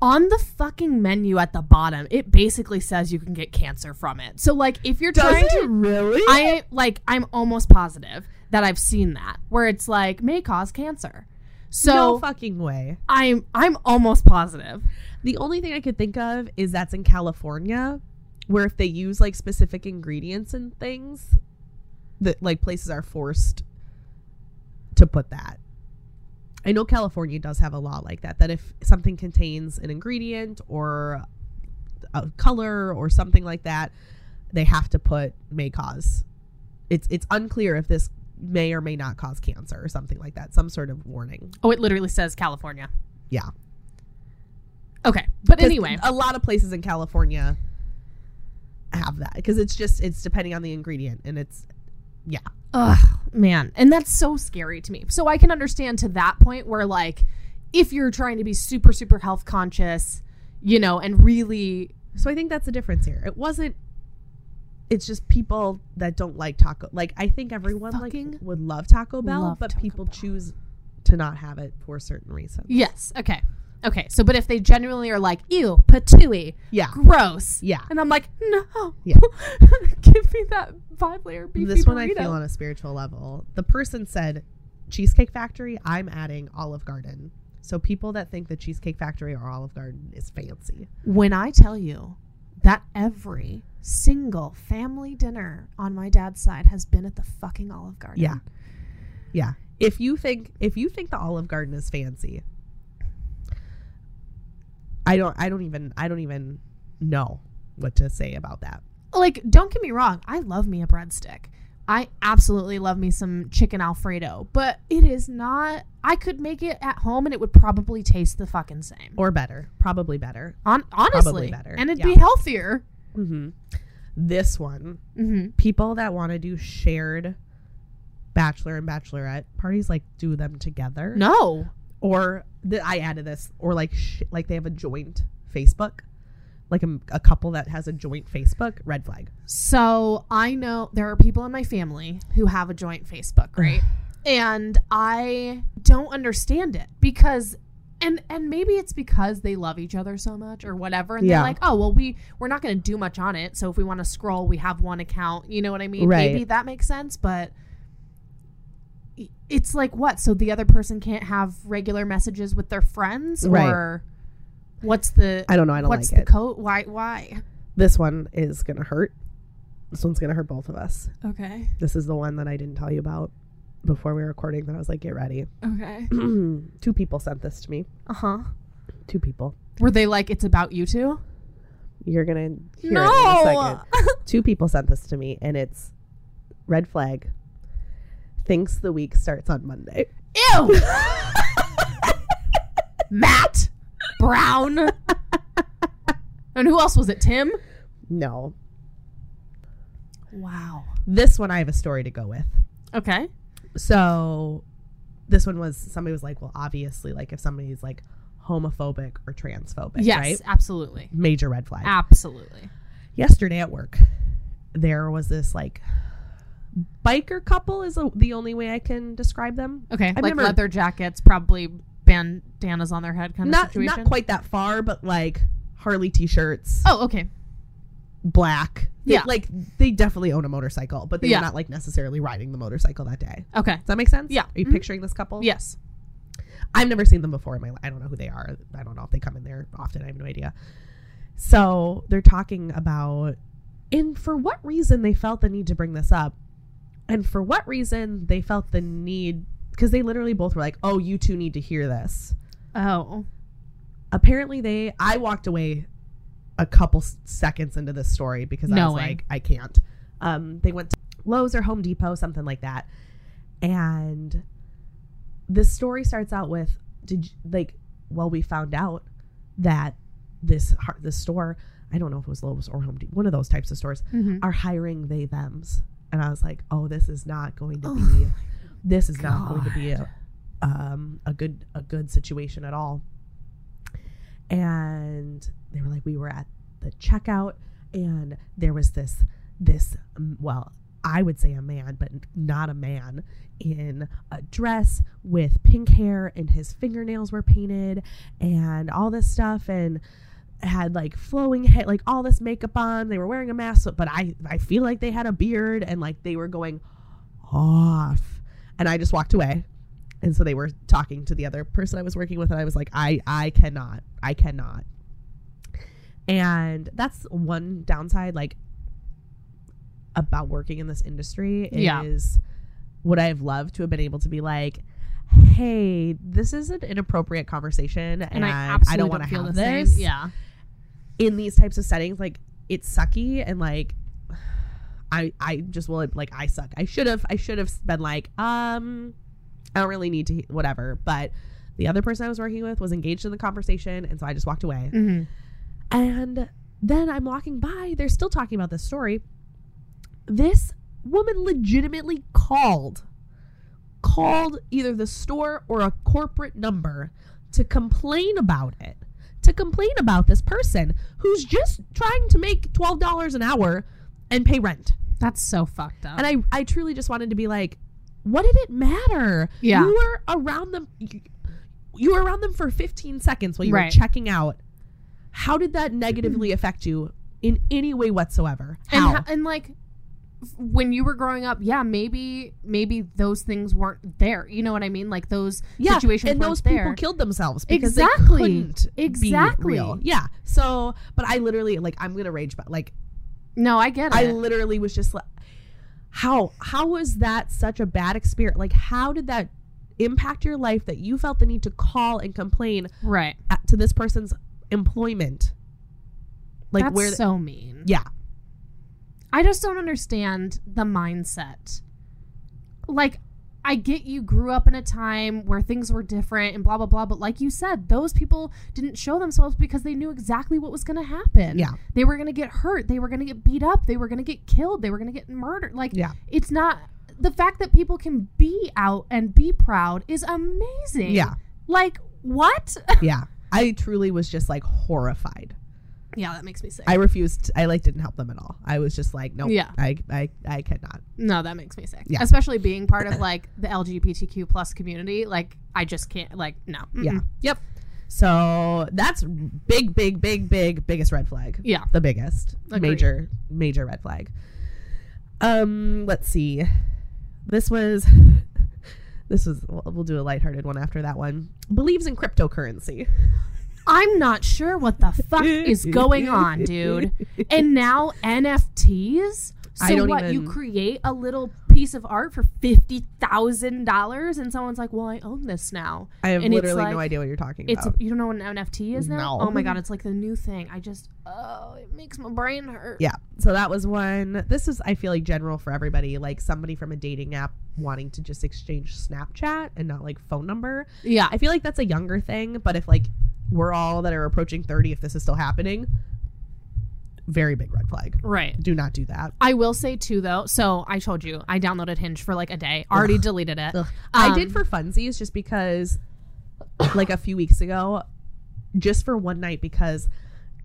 On the fucking menu at the bottom, it basically says you can get cancer from it. So like if you're trying to really? I like I'm almost positive that I've seen that where it's like may cause cancer. So no fucking way. I'm I'm almost positive. The only thing I could think of is that's in California, where if they use like specific ingredients and things, that like places are forced to put that. I know California does have a law like that, that if something contains an ingredient or a color or something like that, they have to put may cause. It's it's unclear if this may or may not cause cancer or something like that, some sort of warning. Oh, it literally says California. Yeah. Okay. But 'Cause anyway, a lot of places in California have that because it's just it's depending on the ingredient and it's yeah uh, Ugh, man. And that's so scary to me. So I can understand to that point where, like, if you're trying to be super, super health conscious, you know, and really, so i think that's the difference here it wasn't it's just people that don't like taco like i think everyone like fucking would love taco bell love but Taco people Bell. choose to not have it for certain reasons yes, okay. Okay. So, but if they genuinely are like, ew, patooey, yeah gross. yeah And I'm like, no. Yeah. <laughs> Give me that five layer beefy this one i burrito. feel on a spiritual level the person said cheesecake factory i'm adding olive garden so people that think the cheesecake factory or olive garden is fancy When I tell you that every single family dinner on my dad's side has been at the fucking Olive Garden. Yeah. Yeah. If you think if you think the Olive Garden is fancy, I don't I don't even I don't even know what to say about that. like don't get me wrong i love me a breadstick I absolutely love me some chicken alfredo, but it is not I could make it at home and it would probably taste the fucking same. or better, probably better. On, honestly, better, and it'd yeah. be healthier. Mm-hmm. This one, hmm people that want to do shared bachelor and bachelorette parties, like do them together. No. Or th- I added this, or like sh- like they have a joint Facebook, like a, a couple that has a joint Facebook. Red flag. So I know there are people in my family who have a joint Facebook, right? and I don't understand it because and and maybe it's because they love each other so much or whatever and Yeah. they're like, "Oh, well we we're not going to do much on it, so if we want to scroll, we have one account." You know what I mean? Right. Maybe that makes sense, but i- it's like what? So the other person can't have regular messages with their friends Right. or what's the I don't know. I don't what's like the it. code? Why why? this one is gonna hurt. This one's gonna hurt both of us. Okay. This is the one that I didn't tell you about before we were recording. That I was like, get ready. <clears throat> Okay. Two people sent this to me. Uh-huh. Two people. Were they like, it's about you two? You're gonna hear it in a second. Two people sent this to me, and it's red flag. Thinks the week starts on Monday. <laughs> Ew! <laughs> Matt Brown. and who else was it? Tim? No, Wow. this one I have a story to go with. Okay. So, this one was somebody was like, well, obviously, like if somebody's like homophobic or transphobic, yes, right? absolutely. Major red flag. Absolutely. yesterday at work there was this like biker couple is a, the only way i can describe them Okay. like remember- leather jackets, probably bandanas on their head kind of not situation. not quite that far but like harley t-shirts Oh, okay. black They- Yeah. like they definitely own a motorcycle but they Yeah. were not like necessarily riding the motorcycle that day Okay. does that make sense Yeah. are you Mhm. picturing this couple Yes. i've never seen them before in my life i don't know who they are i don't know if they come in there often i have no idea so they're talking about and for what reason they felt the need to bring this up and for what reason they felt the need because they literally both were like oh you two need to hear this Oh. apparently they i walked away a couple s- seconds into this story because i No was way. like i can't um, they went to lowes or home depot something like that and this story starts out with did you, like well we found out that this har- this store i don't know if it was lowes or home depot one of those types of stores Mm-hmm. are hiring they thems and i was like oh this is not going to Oh be this is not going to be God. a, um, a good a good situation at all and they were like we were at the checkout and there was this this um, well i would say a man but not a man in a dress with pink hair and his fingernails were painted and all this stuff and had like flowing hair like all this makeup on they were wearing a mask but i i feel like they had a beard and like they were going off and i just walked away and so they were talking to the other person i was working with and i was like i i cannot i cannot and that's one downside like about working in this industry Yeah. is would i have loved to have been able to be like hey this is an inappropriate conversation and, And I i, absolutely don't don't want to feel have the same. this Yeah. in these types of settings like it's sucky and like <sighs> i i just will like i suck i should have i should have been like um i don't really need to he- whatever but the other person i was working with was engaged in the conversation and so i just walked away Mm-hmm. and then i'm walking by they're still talking about this story this woman legitimately called called either the store or a corporate number to complain about it to complain about this person who's just trying to make $12 an hour and pay rent That's so fucked up. and i i truly just wanted to be like what did it matter Yeah. you were around them you, you were around them for 15 seconds while you were Right. checking out how did that negatively affect you in any way whatsoever and, how ho- and like f- when you were growing up yeah maybe maybe those things weren't there you know what i mean like those yeah, situations and weren't those there. people killed themselves because Exactly. they couldn't Exactly. be real. Yeah. So, but I literally like I'm gonna rage, but like no i get it I literally was just like, how how was that such a bad experience? Like, how did that impact your life that you felt the need to call and complain right at, to this person's employment? Like that's where? so mean yeah. I just don't understand the mindset. Like, I get you grew up in a time where things were different and blah, blah, blah. But like you said, those people didn't show themselves because they knew exactly what was going to happen. Yeah. They were going to get hurt. They were going to get beat up. They were going to get killed. They were going to get murdered. Like, Yeah. it's not the fact that people can be out and be proud is amazing. Yeah. Like, what? <laughs> Yeah. I truly was just like horrified. yeah, that makes me sick. I refused. I like didn't help them at all. I was just like, nope. Yeah. I I I cannot. No, that makes me sick. Yeah. Especially being part <laughs> of like the LGBTQ plus community. Like I just can't like no. Mm-mm. Yeah. Yep. So that's big, big, big, big, biggest red flag. Yeah. The biggest, Agreed. major, major red flag. Um, let's see. This was, <laughs> this was. We'll, we'll do a lighthearted one after that one. Believes in cryptocurrency. I'm not sure what the fuck is going on, <laughs> dude. And now NFTs? So I don't what you even- create a little piece of art for fifty thousand dollars and someone's like, Well, I own this now. I have And it's literally no like- idea what you're talking It's about. you don't know what an NFT is now? No. Oh my god, it's like the new thing. I just oh it makes my brain hurt. yeah. So that was one. This is, I feel like, general for everybody. Like somebody from a dating app wanting to just exchange Snapchat and not like phone number. Yeah. I feel like that's a younger thing, but if like we're all that are approaching 30, if this is still happening, very big red flag. Right. Do not do that. I will say too though. So I told you I downloaded Hinge for like a day. Already deleted it. I Um, did for funsies just because, like a few weeks ago, just for one night because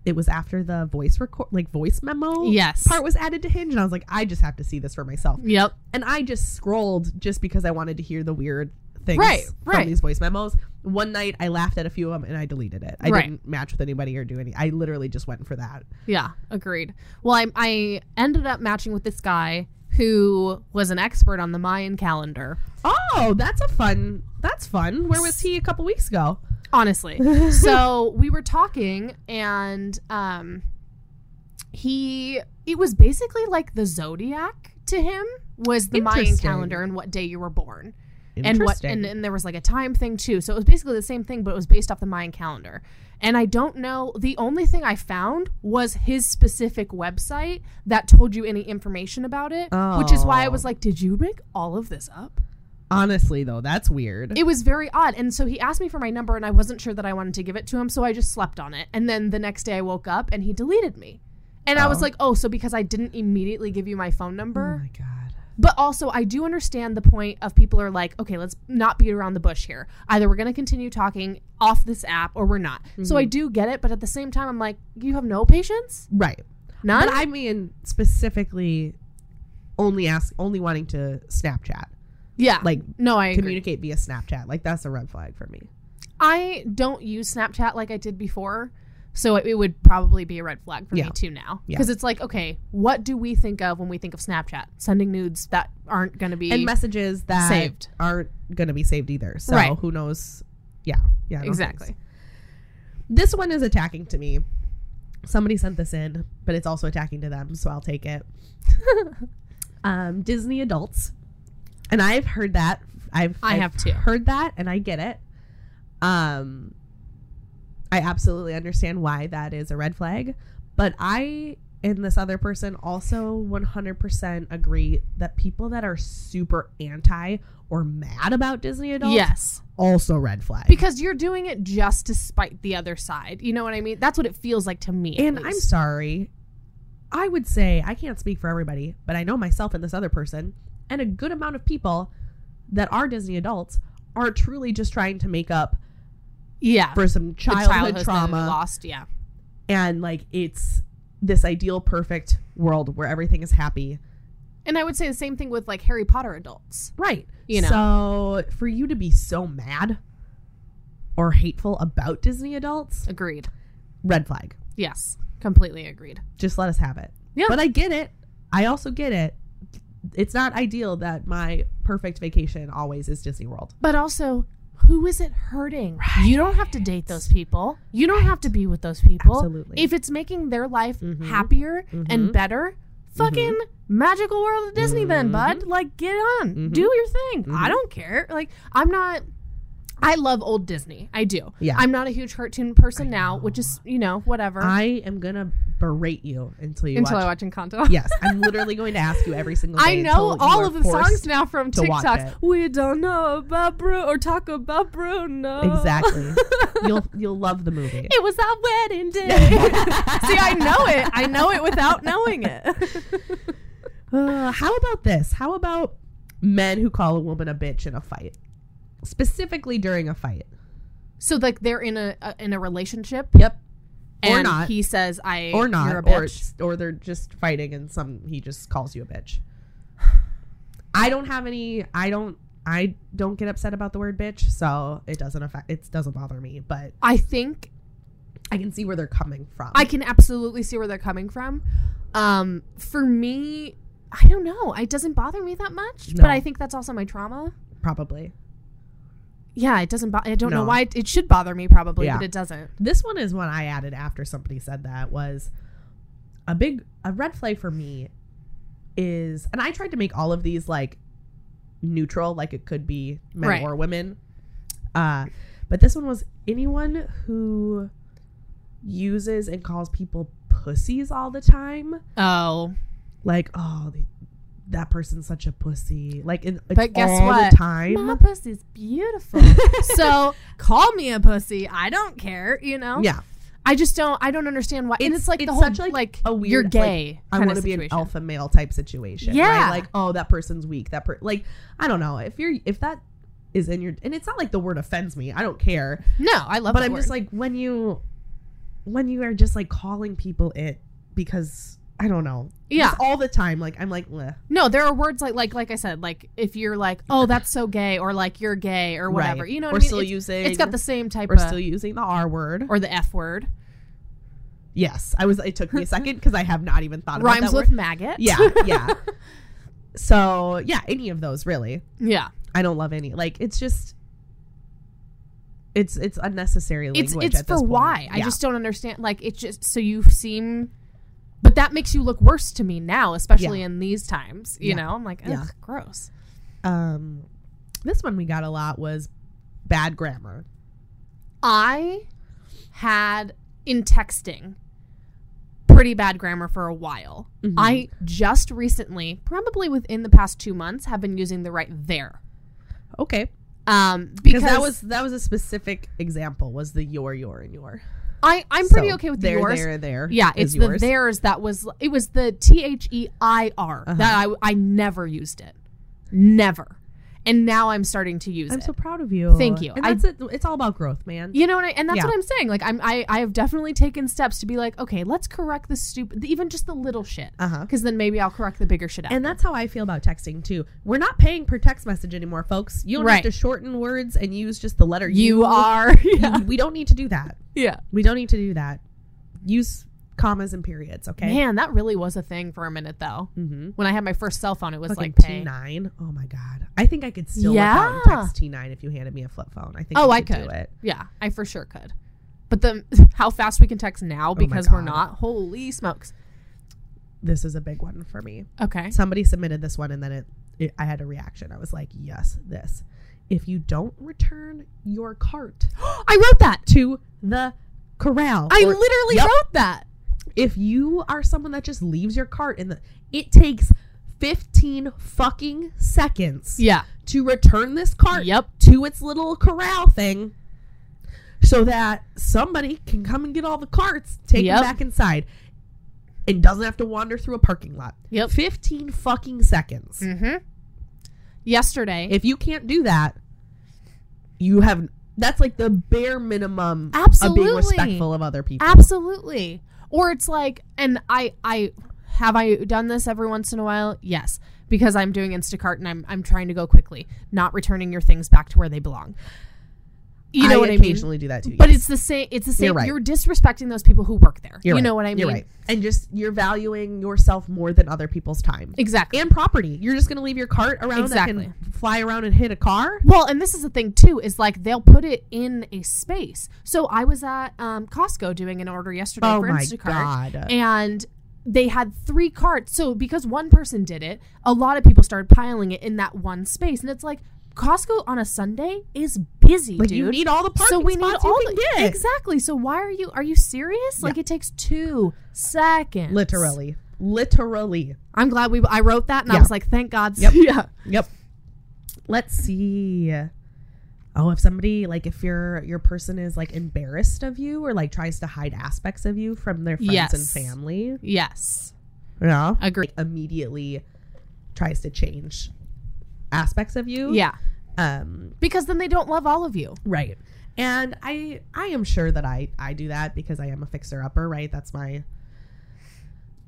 it was after the voice record, like voice memo Yes. part was added to Hinge, and I was like, I just have to see this for myself. Yep. And I just scrolled just because I wanted to hear the weird things Right, right. from these voice memos. One night I laughed at a few of them and I deleted it. I Right. didn't match with anybody or do any. I literally just went for that. Yeah. Agreed. Well, I, I ended up matching with this guy who was an expert on the Mayan calendar. Oh, that's a fun. That's fun. Where was he a couple weeks ago? <laughs> Honestly. so we were talking and um he it was basically like the zodiac to him was the Mayan Interesting. calendar and what day you were born. and what Interesting. and, and there was like a time thing too so it was basically the same thing but it was based off the mayan calendar and i don't know the only thing i found was his specific website that told you any information about it which is why i Oh. was like did you make all of this up Honestly, though, that's weird. it was very odd and so he asked me for my number and i wasn't sure that i wanted to give it to him so i just slept on it and then the next day i woke up and he deleted me and i was Oh. like oh so because i didn't immediately give you my phone number oh my god. but also, I do understand the point of people are like, okay, let's not beat around the bush here. Either we're going to continue talking off this app or we're not. So Mhm. I do get it, but at the same time, I'm like, you have no patience? Right. None? But I mean specifically, only ask, only wanting to Snapchat, yeah. like no, I agree. communicate via Snapchat. Like that's a red flag for me. I don't use Snapchat like I did before. So it, it would probably be a red flag for Yeah. me too now. Yeah. Because it's like, okay, what do we think of when we think of Snapchat? Sending nudes that aren't going to be. and messages that saved. aren't going to be saved either. So Right. who knows? Yeah, yeah, no thanks. exactly. This one is attacking to me. Somebody sent this in, but it's also attacking to them, so I'll <laughs> take it. um, Disney adults, and I've heard that. I've I I've have too. heard that, and I get it. Um, I absolutely understand why that is a red flag, but I and this other person also 100% agree that people that are super anti or mad about Disney adults Yes. also red flag. because you're doing it just to spite the other side. You know what I mean? That's what it feels like to me. at and I'm least. sorry. I would say I can't speak for everybody, but I know myself and this other person and a good amount of people that are Disney adults are truly just trying to make up yeah, for The some childhood childhood that we trauma lost. Yeah, and like it's this ideal perfect world where everything is happy. and I would say the same thing with like Harry Potter adults. Right. You know. So for you to be so mad or hateful about Disney adults, Agreed. red flag. Yes, completely agreed. Just let us have it. Yeah. But I get it. I also get it. It's not ideal that my perfect vacation always is Disney World. But also, who is it hurting? You don't have to date those people. You don't have to be with those people. Absolutely. If it's making their life Mhm. happier Mhm. and better, fucking Mm-hmm. magical world of Disney then, Mhm. bud. Like get on. Mhm. Do your thing. Mhm. I don't care. Like I'm not I love old Disney. I do. Yeah. I'm not a huge cartoon person now, which is, you know, whatever. I am gonna berate you until you until watch. I watch Encanto. <laughs> <laughs> Yes, I'm literally going to ask you every single. Day I know until you all are of the forced- songs now from to watch TikToks. it. We don't know about Bruno or talk about Bruno. <laughs> <laughs> Exactly. you'll you'll love the movie. It was our wedding <laughs> day. See, I know it. I know it without knowing it. Uh, how about this? How about men who call a woman a bitch in a fight, specifically during a fight? <laughs> So like they're in a, a in a relationship Yep. and or not. he says I or not. you're a or bitch. it's- or they're just fighting and some he just calls you a bitch. I don't have any. I don't. I don't get upset about the word bitch, so it doesn't affect. It doesn't bother me, but I think I can see where they're coming from. I can absolutely see where they're coming from. Um for me, I don't know. It doesn't bother me that much, No. but I think that's also my trauma. probably. Yeah, it doesn't bo- I don't know No. why it, it should bother me probably, Yeah. but it doesn't. This one is one I added after somebody said that was a big a red flag for me is and I tried to make all of these like neutral like it could be men Right. or women. Uh but this one was anyone who uses and calls people pussies all the time Oh. like oh they, that person's such a pussy like in it's But guess all what? the time My pussy's <laughs> beautiful. so call me a pussy. I don't care, you know? yeah I just don't I don't understand why and It's- it's like the it's whole such, like, like, a weird, you're like, gay. I kind want of to be an situation. alpha male type situation. Yeah. Right? Like, oh, that person's weak. That per like I don't know. If you're if that is in your and it's not like the word offends me. I don't care. No, I love but that I'm word. just like when you when you are just like calling people it because I don't know. Yeah. Just all the time. Like I'm like, "Meh." No, there are words like like like I said, like if you're like, oh, that's so gay, or like you're gay, or whatever. Right. You know, what We're I mean? still It's- using It's got the same type we're of still using the R word. or the f word yes. I was it took me a second because I have not even thought about rhymes that with word. maggot. Yeah, yeah. so yeah, any of those really. <laughs> yeah. I don't love any. Like it's just it's it's unnecessary It's language. it's at for this point. why I Yeah. just don't understand. Like it just so you seem, but that makes you look worse to me now, especially Yeah. in these times. You Yeah. know, I'm like, ugh, Yeah. gross. um this one we got a lot was bad grammar. I had in texting pretty bad grammar for a while. Mhm. I just recently, probably within the past two months, have been using the right there. Okay, Um, because because that was that was a specific example was the your your and your. I, I'm pretty So, okay with the there yours. there there. yeah, it's is yours. the theirs that was. It was the T H E I R Uh-huh. that I I never used it, never, and now I'm starting to use I'm it. so proud of you. Thank you. And I- that's it. It's all about growth, man. You know what I and that's Yeah. what I'm saying. Like I'm I, I have definitely taken steps to be like, okay, let's correct the stupid even just the little shit. Uh-huh. Cause then maybe I'll correct the bigger shit out. And that's how I feel about texting too. We're not paying per text message anymore, folks. You don't Right. have to shorten words and use just the letter you U. are <laughs> yeah. You- We don't need to do that. yeah. We don't need to do that. Use commas and periods, okay? Man, that really was a thing for a minute though. Mm-hmm. When I had my first cell phone, it was Fucking like T pay. nine. Oh my god. I think I could still yeah. Yeah. look out and text T nine if you handed me a flip phone. I think Oh, I I could, could. do it. Yeah, I for sure could. But the <laughs> how fast we can text now Oh my because we're God. not. Holy smokes. This is a big one for me. Okay. Somebody submitted this one and then it, it I had a reaction. I was like, yes, this. If you don't return <gasps> your cart I wrote that. to the corral, I or literally Yep. wrote that. if you are someone that just leaves your cart in the, it takes fifteen fucking seconds Yeah. to return this cart Yep. to its little corral thing so that somebody can come and get all the carts, take Yep. them back inside, and doesn't have to wander through a parking lot. Yep. 15 fucking seconds. Mm-hmm. Yesterday. If you can't do that, you have that's like the bare minimum of Absolutely. being respectful of other people. Absolutely. Or it's like, and I, I have I done this every once in a while. Yes, because I'm doing Instacart and I'm, I'm trying to go quickly, not returning your things back to where they belong. You know what I mean? occasionally do that too. But yes. it's the same. It's the same. You're, You're right. disrespecting those people who work there. you You're right. know what I mean? You're right. And just you're valuing yourself more than other people's time. Exactly. And property. You're just gonna leave your cart around that can Exactly. fly around and hit a car. Well, and this is the thing too is like they'll put it in a space. So I was at um, Costco doing an order yesterday Oh for my Instacart, God. and they had three carts. So because one person did it, a lot of people started piling it in that one space, and it's like Costco on a Sunday is busy, Like dude. you need all the parking so we need spots all you can the, get. exactly. So why are you are you serious? Like it takes two seconds. Literally, literally. I'm glad we. I wrote that and I Yeah. was like, thank God. Yep. <laughs> yeah. Yep. Let's see. Oh, if somebody like if your your person is like embarrassed of you or like tries to hide aspects of you from their friends Yes. and family, Yes. yeah, Agree. immediately tries to change aspects of you. Yeah. Um. Because then they don't love all of you. Right. And I I am sure that I I do that because I am a fixer upper. Right. That's my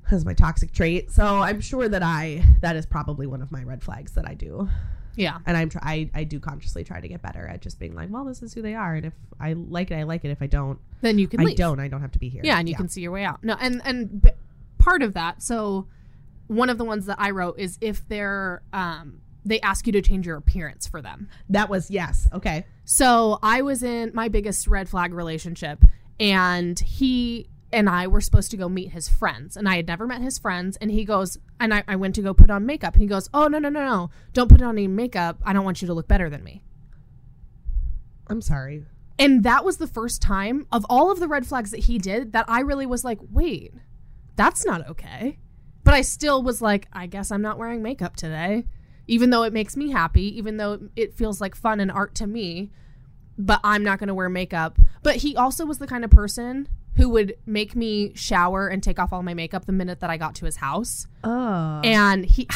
that's my toxic trait. So I'm sure that I that is probably one of my red flags that I do. Yeah. and I'm try- I, I do consciously try to get better at just being like, well, this is who they are, and if I like it, I like it. If I don't, Then you can I leave. don't. I don't have to be here. Yeah, and you can see your way out. No, and and b- part of that. So one of the ones that I wrote is if they're um they ask you to change your appearance for them. That was yes. Okay. So I was in my biggest red flag relationship, and he and I were supposed to go meet his friends, and I had never met his friends. And he goes, and I, I went to go put on makeup, and he goes, "Oh no no no no! Don't put on any makeup. I don't want you to look better than me." I'm sorry. And that was the first time of all of the red flags that he did that I really was like, "Wait, that's not okay." But I still was like, "I guess I'm not wearing makeup today." Even though it makes me happy, even though it feels like fun and art to me, but I'm not going to wear makeup. But he also was the kind of person who would make me shower and take off all my makeup the minute that I got to his house. Oh. And he, <laughs>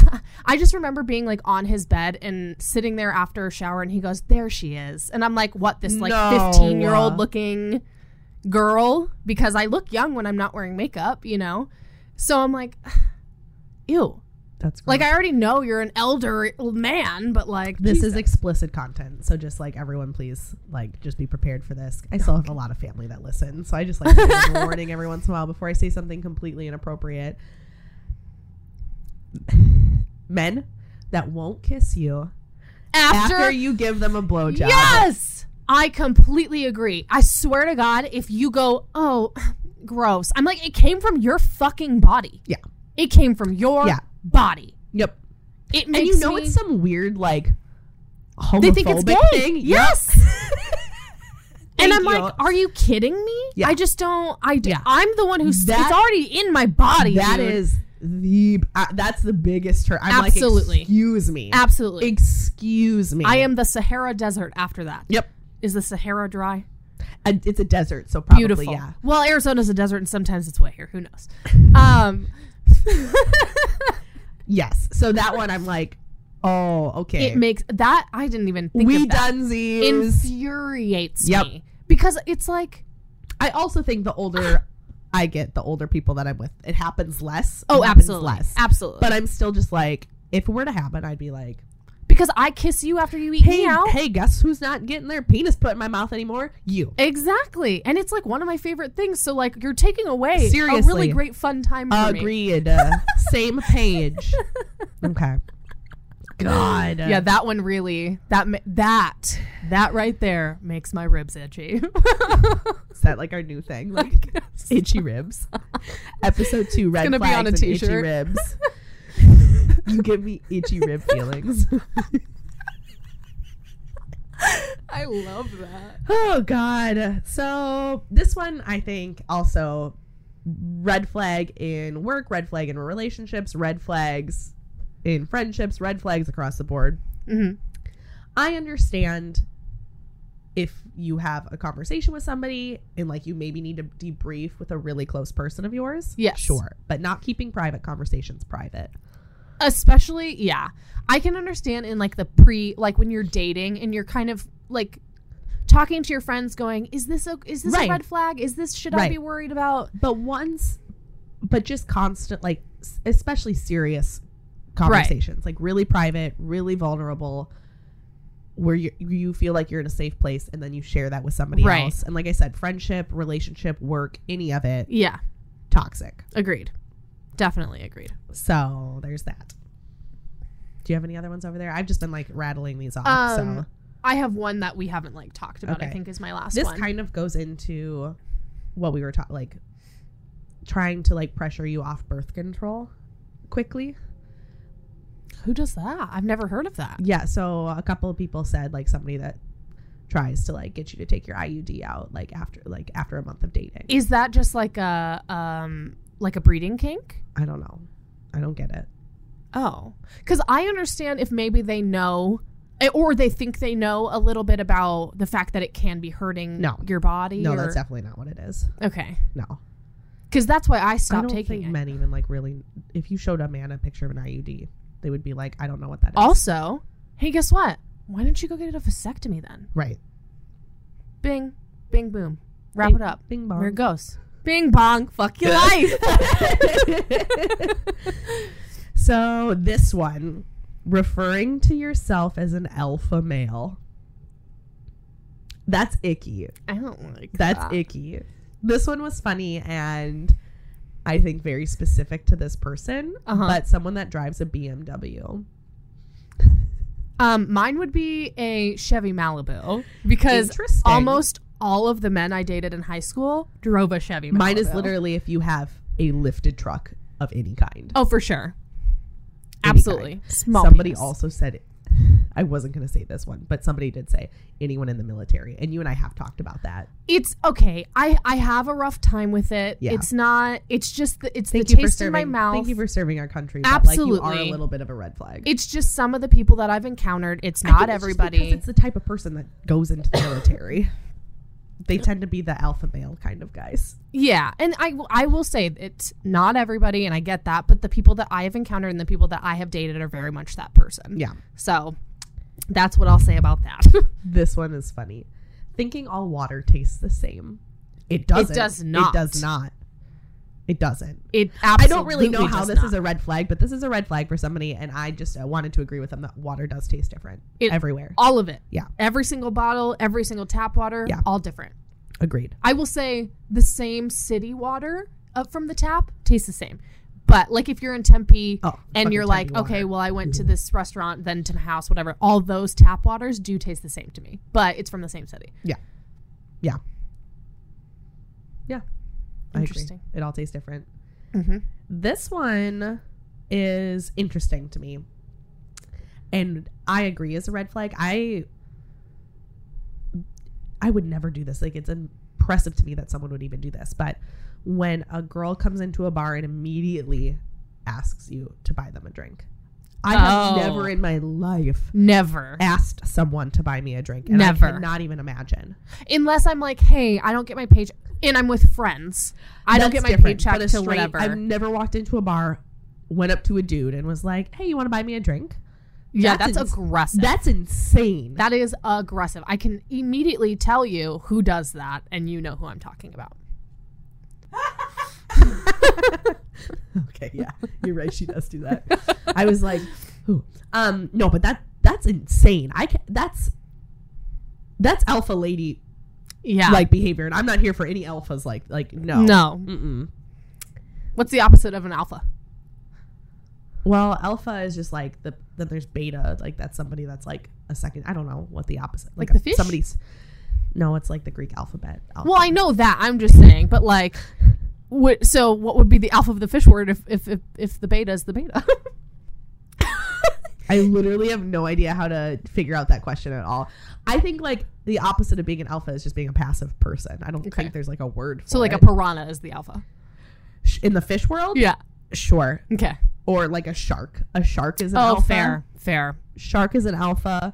I just remember being like on his bed and sitting there after a shower, and he goes, "There she is," and I'm like, "What? This like No. 15 year old looking girl?" Because I look young when I'm not wearing makeup, you know. So I'm like, <sighs> "Ew!" That's gross. Like I already know you're an elder man, but like This Jesus. is explicit content, so just like everyone, please like just be prepared for this. I still have a lot of family that listen, so I just like to <laughs> give a warning every once in a while before I say something completely inappropriate. Men that won't kiss you after, after you give them a blowjob. Yes! I completely agree. I swear to God, if you go, oh, <sighs> gross, I'm like, it came from your fucking body. Yeah. It came from your Yeah. body. Yep. It and makes you know me, it's some weird like homophobic they think it's gay. thing. <laughs> Yes. and Thank I'm you. like, are you kidding me? Yeah. I just don't. I Yeah. I'm the one who's That- it's already in my body. That dude. is the uh, that's the biggest turn. I'm Absolutely. like, excuse me, absolutely. excuse me. I am the Sahara Desert. After that, Yep, is the Sahara dry? And it's a desert, so probably beautiful. yeah. Well, Arizona's a desert, and sometimes it's wet here. Who knows? <laughs> Um, Yes. So that one, I'm like, oh, okay. it makes that I didn't even think we of that. dunsies. infuriates Yep. me because it's like I also think the older I get, the older people that I'm with, it happens less. oh It happens absolutely less. absolutely But I'm still just like, if it were to happen, I'd be like, because I kiss you after you eat hey, me out hey, guess who's not getting their penis put in my mouth anymore? You. exactly and it's like one of my favorite things so like you're taking away a really Seriously. great fun time for me. Agreed. Uh, same <laughs> page. Okay. God. yeah that one really that ma- that that right there makes my ribs itchy <laughs> Is that like our new thing? Like itchy ribs. Episode <laughs> two. Red gonna be flags on a and t-shirt. <laughs> Itchy ribs. you give me itchy rib feelings. <laughs> I love that oh God. So this one, I think, also red flag in work, red flag in relationships, red flags in friendships, red flags across the board. hmm I understand if you have a conversation with somebody and like you maybe need to debrief with a really close person of yours. Yes. Sure. But not keeping private conversations private. especially yeah i can understand in like the pre like when you're dating and you're kind of like talking to your friends going is this a is this Right. a red flag is this should i Right. be worried about But once, but just constant, like s- especially serious conversations, like really private, really vulnerable. Where you, you feel like you're in a safe place, and then you share that with somebody Right. else. And like I said, friendship, relationship, work, any of it, yeah toxic. agreed definitely agreed So there's that. Do you have any other ones over there? I've just been like rattling these off. Um, so i have one that we haven't like talked about i Okay. think is my last this one kind of goes into what we were talking, like trying to like pressure you off birth control quickly. Who does that? I've never heard of that. Yeah, so a couple of people said like somebody that tries to like get you to take your IUD out like after like after a month of dating. Is that just like a um like a breeding kink? I don't know. I don't get it. Oh, because I understand if maybe they know eh, or they think they know a little bit about the fact that it can be hurting No. your body. No, or, that's definitely not what it is. okay. No. Because that's why I I stopped don't taking think it. men even like really if you showed a man a picture of an IUD, they would be like, I don't know what that is. Also, hey, guess what? Why don't you go get a vasectomy then? Right. Bing, bing, boom. Wrap Bing- it up. Bing There it bong. goes. Bing bong. Fuck your <laughs> life. So this one, referring to yourself as an alpha male. That's icky. I don't like That's that. icky. This one was funny and I think very specific to this person, Uh-huh. but someone that drives a BMW. Um, mine would be a Chevy Malibu because Interesting. almost all of the men I dated in high school drove a Chevy. Malibu. Mine is literally if you have a lifted truck of any kind. Oh, for sure. Any Absolutely. Small. somebody penis. also said I wasn't going to say this one, but somebody did say anyone in the military. And you and I have talked about that. It's okay. I I have a rough time with it. Yeah. It's not. It's just the, it's Thank the you for taste in serving my mouth. Thank you for serving our country. But like you are Absolutely. a little bit of a red flag. it's just some of the people that I've encountered. It's I think not it's just everybody. because It's the type of person that goes into the military. they tend to be the alpha male kind of guys. Yeah, and I I will say it's not everybody, and I get that, but the people that I have encountered and the people that I have dated are very much that person. Yeah. So that's what I'll say about that. <laughs> This one is funny. Thinking all water tastes the same. It doesn't. does not. It does not. It doesn't. it I absolutely don't really know how does this not. is a red flag, but this is a red flag for somebody, and I just uh, wanted to agree with them that water does taste different It- everywhere. all of it. Yeah. every single bottle, every single tap water, Yeah. all different. Agreed. I will say the same city water up from the tap tastes the same. But like if you're in Tempe Oh, and fucking you're like, Tempe water. Mm-hmm. okay, well I went to this restaurant, then to my house, whatever. All those tap waters do taste the same to me, but it's from the same city. Yeah. Yeah. Yeah. I agree. Interesting. It all tastes different. Mm-hmm. This one is interesting to me. And I agree is a red flag. I I would never do this. Like it's impressive to me that someone would even do this. But when a girl comes into a bar and immediately asks you to buy them a drink. I have Oh. never in my life Never. asked someone to buy me a drink. And Never. I cannot even imagine. Unless I'm like, hey, I don't get my page, and I'm with friends. I don't get That's my different, paycheck but a till straight- whatever. I've never walked into a bar, went up to a dude and was like, "Hey, you want to buy me a drink?" yeah, that's that's, ins- aggressive. That's insane. <laughs> that is aggressive. I can immediately tell you who does that, and you know who I'm talking <laughs> about. okay, yeah, you're right. She does do that. I was like, "Who?" Um, no, but that that's insane. I can, that's that's alpha lady Yeah. like behavior, and I'm not here for any alphas. Like, like no, no. Mm-mm. What's the opposite of an alpha? Well, alpha is just like the then there's beta, like that's somebody that's like a second. I don't know what the opposite, Like the a- fish? Somebody's no, it's like the Greek alphabet. Alpha. Well, I know that. I'm just saying, but like, what, so what would be the alpha of the fish word if if if, if the beta is the beta? <laughs> I literally have no idea how to figure out that question at all. I think like the opposite of being an alpha is just being a passive person. I don't Okay. think there's like a word. For so like a it. piranha is the alpha. Sh- in the fish world. Yeah. sure. Okay. Or like a shark. A shark is an Oh, alpha. fair, fair. Shark is an alpha.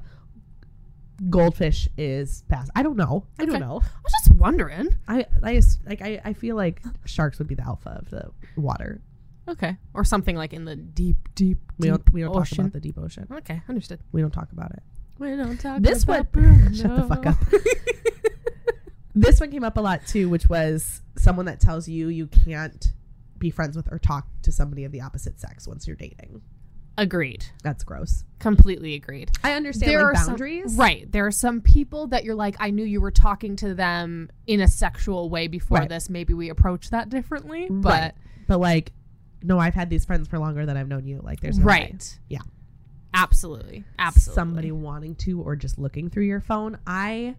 Goldfish is pass. I don't know. I don't Okay. know. I was just wondering. I I as- like I, I feel like sharks would be the alpha of the water. Okay. Or something like in the deep, deep, deep We don't we don't talk ocean. about the deep ocean. okay, understood. We don't talk about it. We don't talk This one about <laughs> shut the fuck Bruno. up. <laughs> this one came up a lot too, which was someone that tells you you can't be friends with or talk to somebody of the opposite sex once you're dating. Agreed. That's gross. Completely agreed. I understand like boundaries. Some, right. There are some people that you're like, I knew you were talking to them in a sexual way before Right. this. Maybe we approach that differently. But Right. But like, no, I've had these friends for longer than I've known you. Like there's no way. right. Yeah. Absolutely. Absolutely. somebody wanting to or just looking through your phone. I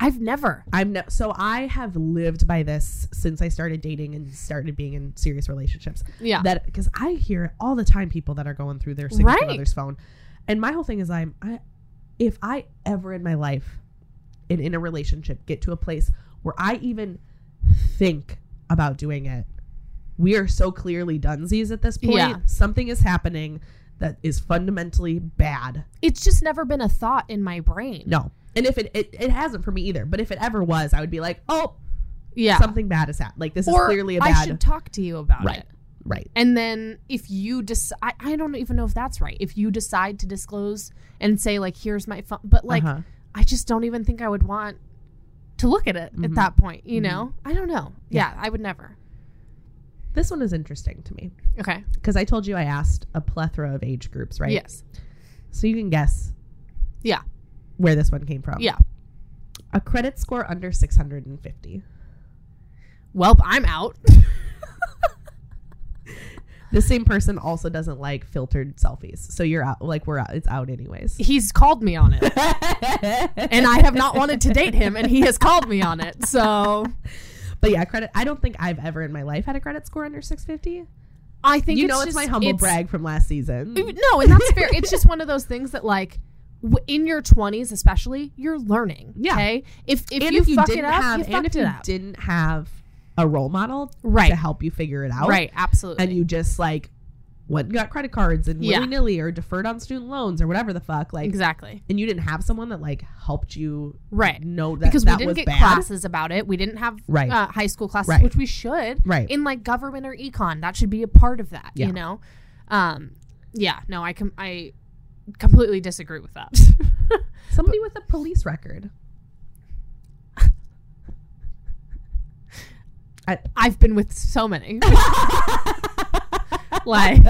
I've never. I'm no, so I have lived by this since I started dating and started being in serious relationships. Yeah. That because I hear it all the time people that are going through their significant Right. other's phone, and my whole thing is I'm I, if I ever in my life, and in a relationship get to a place where I even think about doing it, we are so clearly dunsies at this point. Yeah. Something is happening that is fundamentally bad. It's just never been a thought in my brain. No. And if it, it it hasn't for me either, but if it ever was, I would be like, oh, Yeah. something bad has happened. Like this is clearly a bad I should talk to you about Right. it. right. And then if you decide, I, I don't even know if that's right. If you decide to disclose and say like, here's my phone, but like, Uh-huh. I just don't even think I would want to look at it at Mhm. that point. You know, I don't know. Yeah, I would never. This one is interesting to me Okay. because I told you I asked a plethora of age groups, right? Yes. So you can guess Yeah. where this one came from. Yeah. A credit score under 650. Well, I'm out. This same person also doesn't like filtered selfies. So you're out, like we're out, it's out <laughs> anyways. He's called me on it, and I have not wanted to date him, and he has called me on it. So But yeah, credit I don't think I've ever in my life had a credit score under 650. I think You it's know it's just- my humble it's- brag from last season. No, and that's fair. it's <laughs> just one of those things that like. w- In your twenties, especially, you're learning. Yeah. Okay. If if, and you, if you fuck didn't it up, have you and fucked if it you up. didn't have a role model Right. to help you figure it out. Right. Absolutely. and you just like went and got credit cards and Yeah. willy nilly or deferred on student loans or whatever the fuck like exactly. and you didn't have someone that like helped you Right. know that because that we didn't was get bad classes about it. We didn't have Right. uh, high school classes, Right. which we should. Right. In like government or econ, that should be a part of that. Yeah. You know. Um. Yeah. No. I com- I completely disagree with that. <laughs> somebody with a police record I've been with so many. <laughs> like, <laughs>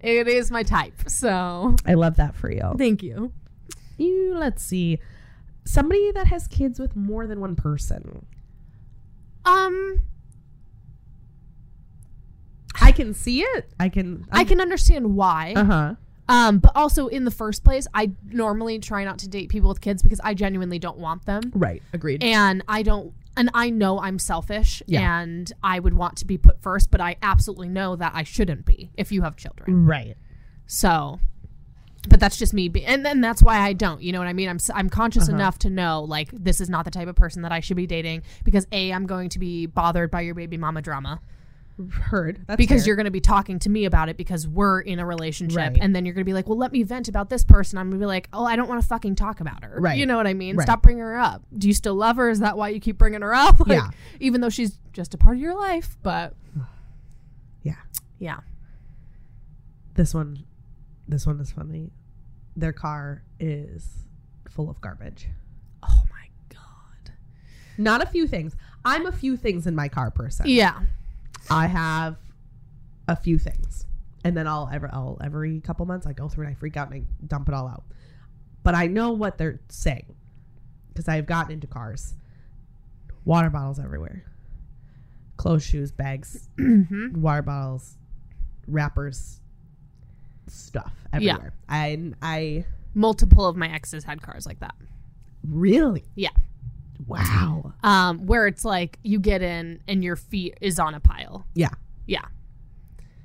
it is my type. So i love that for you thank you. you let's see somebody that has kids with more than one person Um. i can see it i can I can understand why. uh-huh Um, but also in the first place, I normally try not to date people with kids because I genuinely don't want them. right agreed and I don't and I know I'm selfish Yeah. and I would want to be put first, but I absolutely know that I shouldn't be if you have children. right So but that's just me be- and then that's why I don't. You know what I mean? I'm s- I'm conscious Uh-huh. enough to know like this is not the type of person that I should be dating because a I'm going to be bothered by your baby mama drama heard that's because fair. you're going to be talking to me about it because we're in a relationship Right. and then you're going to be like, "Well, let me vent about this person." I'm going to be like, "Oh, I don't want to fucking talk about her." Right. You know what I mean? Right. Stop bringing her up. Do you still love her? Is that why you keep bringing her up? <laughs> Like, Yeah. Even though she's just a part of your life, but <sighs> yeah yeah. this one this one is funny their car is full of garbage Oh my god. not a few things i'm a few things in my car person Yeah. i have a few things and then i'll ever i'll every couple months i go through and i freak out and i dump it all out but i know what they're saying because i've gotten into cars water bottles everywhere clothes shoes bags hmm water bottles wrappers stuff Yeah. everywhere and i Multiple of my exes had cars like that. Really? Yeah. Wow. Um, where it's like you get in and your feet is on a pile. Yeah. Yeah.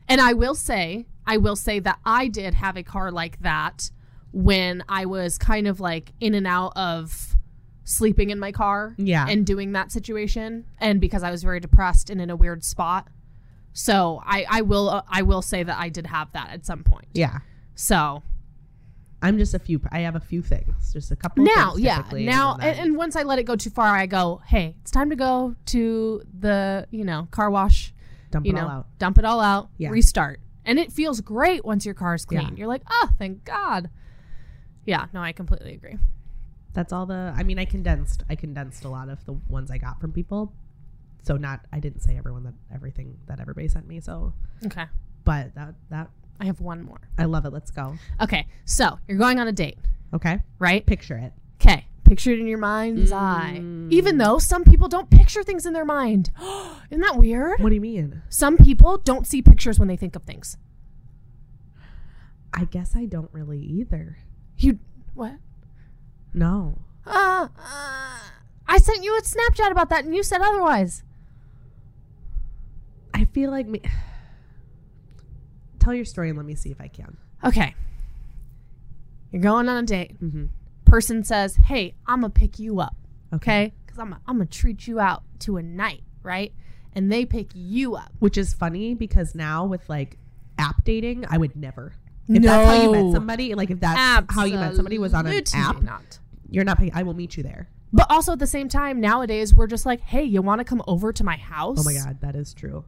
And I will say, I will say that I did have a car like that when I was kind of like in and out of sleeping in my car Yeah. and doing that situation and because I was very depressed and in a weird spot. So I I will uh, I will say that I did have that at some point. yeah. So I'm just a few. I have a few things. Just a couple. now, of things yeah, typically, now then- and, and once I let it go too far, I go, hey, it's time to go to the you know car wash dump you it know, all out. dump it all out, Yeah. restart. And it feels great once your car is clean. Yeah. You're like, oh, thank God. Yeah, no, I completely agree. That's all the. I mean, I condensed. I condensed a lot of the ones I got from people. So not. I didn't say everyone that everything that everybody sent me. So, Okay. but that that I have one more. I love it. Let's go. Okay, so you're going on a date, Okay. right? Picture it. Okay, picture it in your Mm. mind's eye. Even though some people don't picture things in their mind. <gasps> Isn't that weird? What do you mean? Some people don't see pictures when they think of things. I guess I don't really either. You, what? No. uh, uh, I sent you a Snapchat about that and you said otherwise. I feel like me. <sighs> Tell your story and let me see if I can. Okay. You're going on a date. Mm-hmm. Person says, Hey, I'm going to pick you up. Okay. Mm-hmm. Because I'm going to treat you out to a night, right? And they pick you up. Which is funny because now with like app dating, I would never. If that's how you met No. somebody, like if that's how you met somebody was on an Absolutely app, Not. you're not paying. I will meet you there. But also at the same time, nowadays we're just like, hey, you want to come over to my house? Oh my god, that is true.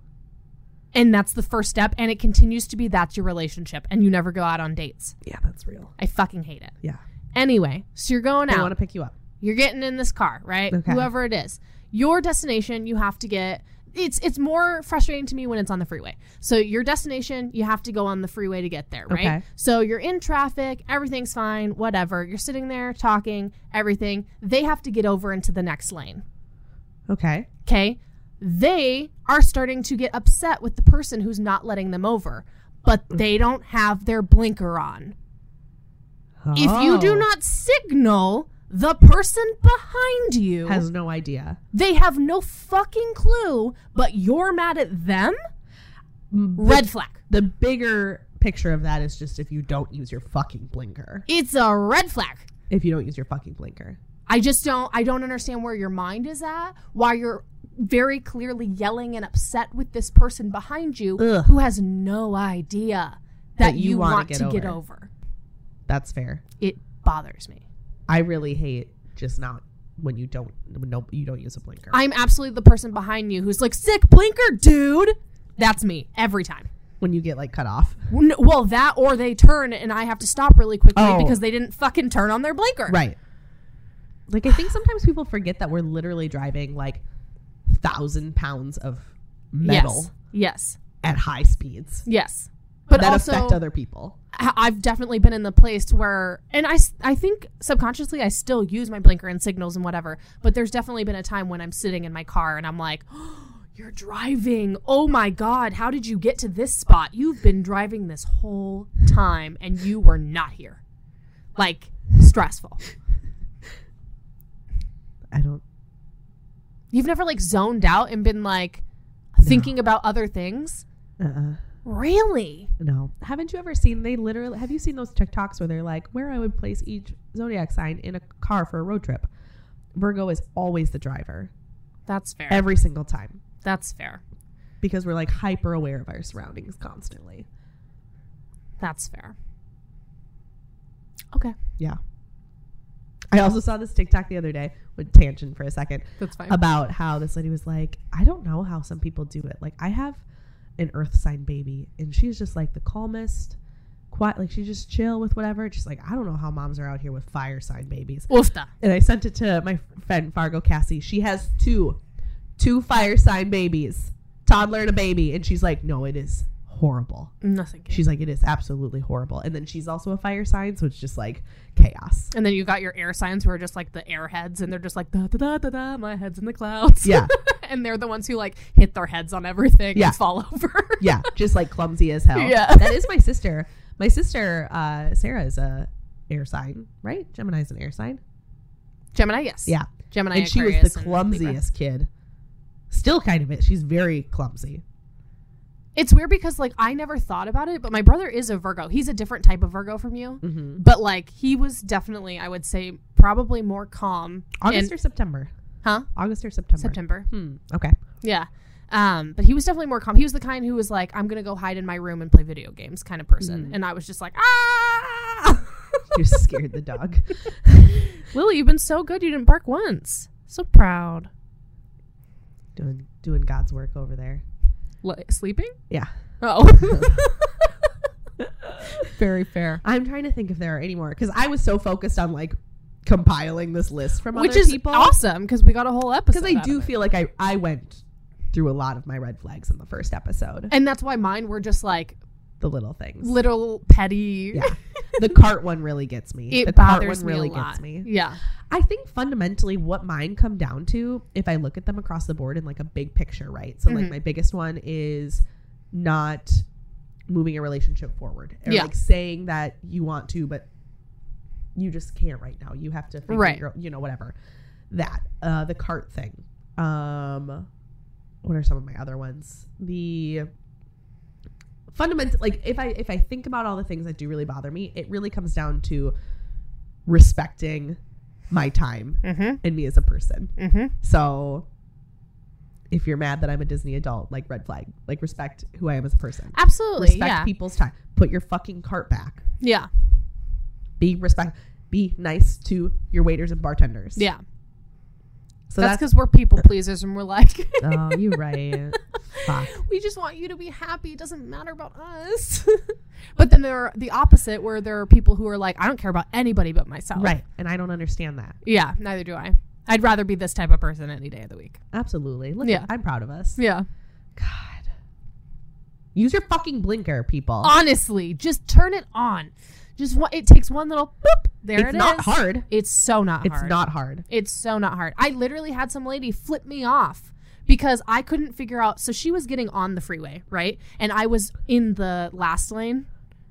And that's the first step, and it continues to be that's your relationship, and you never go out on dates. Yeah, that's real. I fucking hate it. Yeah, Anyway, so you're going I out, want to pick you up. you're getting in this car, right? Okay. Whoever it is, your destination, you have to get. It's it's more frustrating to me when it's on the freeway. So your destination, you have to go on the freeway to get there, right? Okay. So you're in traffic, everything's fine, whatever. You're sitting there talking, everything. They have to get over into the next lane. Okay. Okay. They are starting to get upset with the person who's not letting them over, but they don't have their blinker on. If you do Oh. not signal, the person behind you, has no idea. they have no fucking clue, but you're mad at them? Mm, Red flag. The bigger picture of that is just if you don't use your fucking blinker. It's a red flag. If you don't use your fucking blinker. I just don't I don't understand where your mind is at, why you're very clearly yelling and upset with this person behind you Ugh. who has no idea that, That you you, wanna want get to get over. over. That's fair. It bothers me. I really hate just not when you don't when no you don't use a blinker. I'm absolutely the person behind you who's like sick blinker dude. That's me every time. when you get like cut off. N- Well, that or they turn and I have to stop really quickly Oh. because they didn't fucking turn on their blinker. Right. Like I think sometimes people forget that we're literally driving like thousand pounds of metal Yes. Yes. at high speeds Yes. But that also, affect other people. I- I've definitely been in the place where, and I, s- I think subconsciously I still use my blinker and signals and whatever, but there's definitely been a time when I'm sitting in my car and I'm like, <gasps> you're driving. Oh my God, how did you get to this spot? You've been driving this whole time and you were not here. Like, stressful. I don't You've never like zoned out and been like thinking about other things? uh uh Really? no. Haven't you ever seen they literally have you seen those TikToks where they're like where I would place each zodiac sign in a car for a road trip? Virgo is always the driver That's fair. every single time That's fair. because we're like hyper aware of our surroundings constantly. That's fair. Okay. Yeah. I also saw this TikTok the other day with tangent for a second That's fine. about how this lady was like, I don't know how some people do it. Like I have an earth sign baby and she's just like the calmest, quiet like she just chill with whatever. She's like, I don't know how moms are out here with fire sign babies. Oofta. And I sent it to my friend Fargo Cassie. She has two two fire sign babies. Toddler and a baby. And she's like, No, it is horrible. Nothing. She's like, it is absolutely horrible. And then she's also a fire sign, so it's just like chaos. And then you got your air signs who are just like the airheads, and they're just like da da da da da. My head's in the clouds. Yeah. <laughs> and they're the ones who like hit their heads on everything Yeah. and fall over. Yeah, just like clumsy as hell. Yeah. that is my sister. My sister uh, Sarah is a air sign, right? Gemini's an air sign. <laughs> Gemini, yes. Yeah, Gemini, and she was Aquarius, the and Libra. clumsiest kid. Still kind of it. She's very clumsy. It's weird because like I never thought about it, but my brother is a Virgo. He's a different type of Virgo from you, Mm-hmm. but like he was definitely, I would say, probably more calm. August and- or September? huh? August or September? September. Hmm. Okay. Yeah. Um, but he was definitely more calm. He was the kind who was like, I'm gonna go hide in my room and play video games kind of person. Mm-hmm. And I was just like, <laughs> ah. You scared the dog. <laughs> Lily, you've been so good. You didn't bark once. So proud. doing doing God's work over there. Li- sleeping? Yeah. Oh. <laughs> Very fair. I'm trying to think if there are any more because I was so focused on like compiling this list <laughs> from Which other is people awesome because we got a whole episode. because I out do of it. feel like I I went through a lot of my red flags in the first episode. And that's why mine were just like The little things, little petty. <laughs> yeah. The cart one really gets me. It the cart bothers one me really a lot. gets me. Yeah. I think fundamentally what mine come down to, if I look at them across the board in like a big picture, right? So Mhm. like my biggest one is not moving a relationship forward or Yeah. like saying that you want to but you just can't right now. You have to figure Right. your, you know whatever. That uh the cart thing. Um what are some of my other ones? The fundamental like if I if I think about all the things that do really bother me, it really comes down to respecting my time Mm-hmm. and me as a person. Mm-hmm. So if you're mad that I'm a Disney adult, like red flag, like respect who I am as a person. Absolutely. Respect yeah. people's time. Put your fucking cart back. Yeah. Be respect. Be nice to your waiters and bartenders. Yeah. So that's that's, because we're people pleasers and we're like, oh, <laughs> you're right. Fuck. we just want you to be happy. It doesn't matter about us. <laughs> but then there are the opposite where there are people who are like, I don't care about anybody but myself. Right. And I don't understand that. Yeah. Neither do I. I'd rather be this type of person any day of the week. Absolutely. Look, Yeah. I'm proud of us. Yeah. God. Use your fucking blinker, people. Oh, Honestly, just turn it on. Just what it takes one little boop. There it's it not is. hard. It's so not It's hard. not hard. It's so not hard. I literally had some lady flip me off because I couldn't figure out. So she was getting on the freeway, right? And I was in the last lane,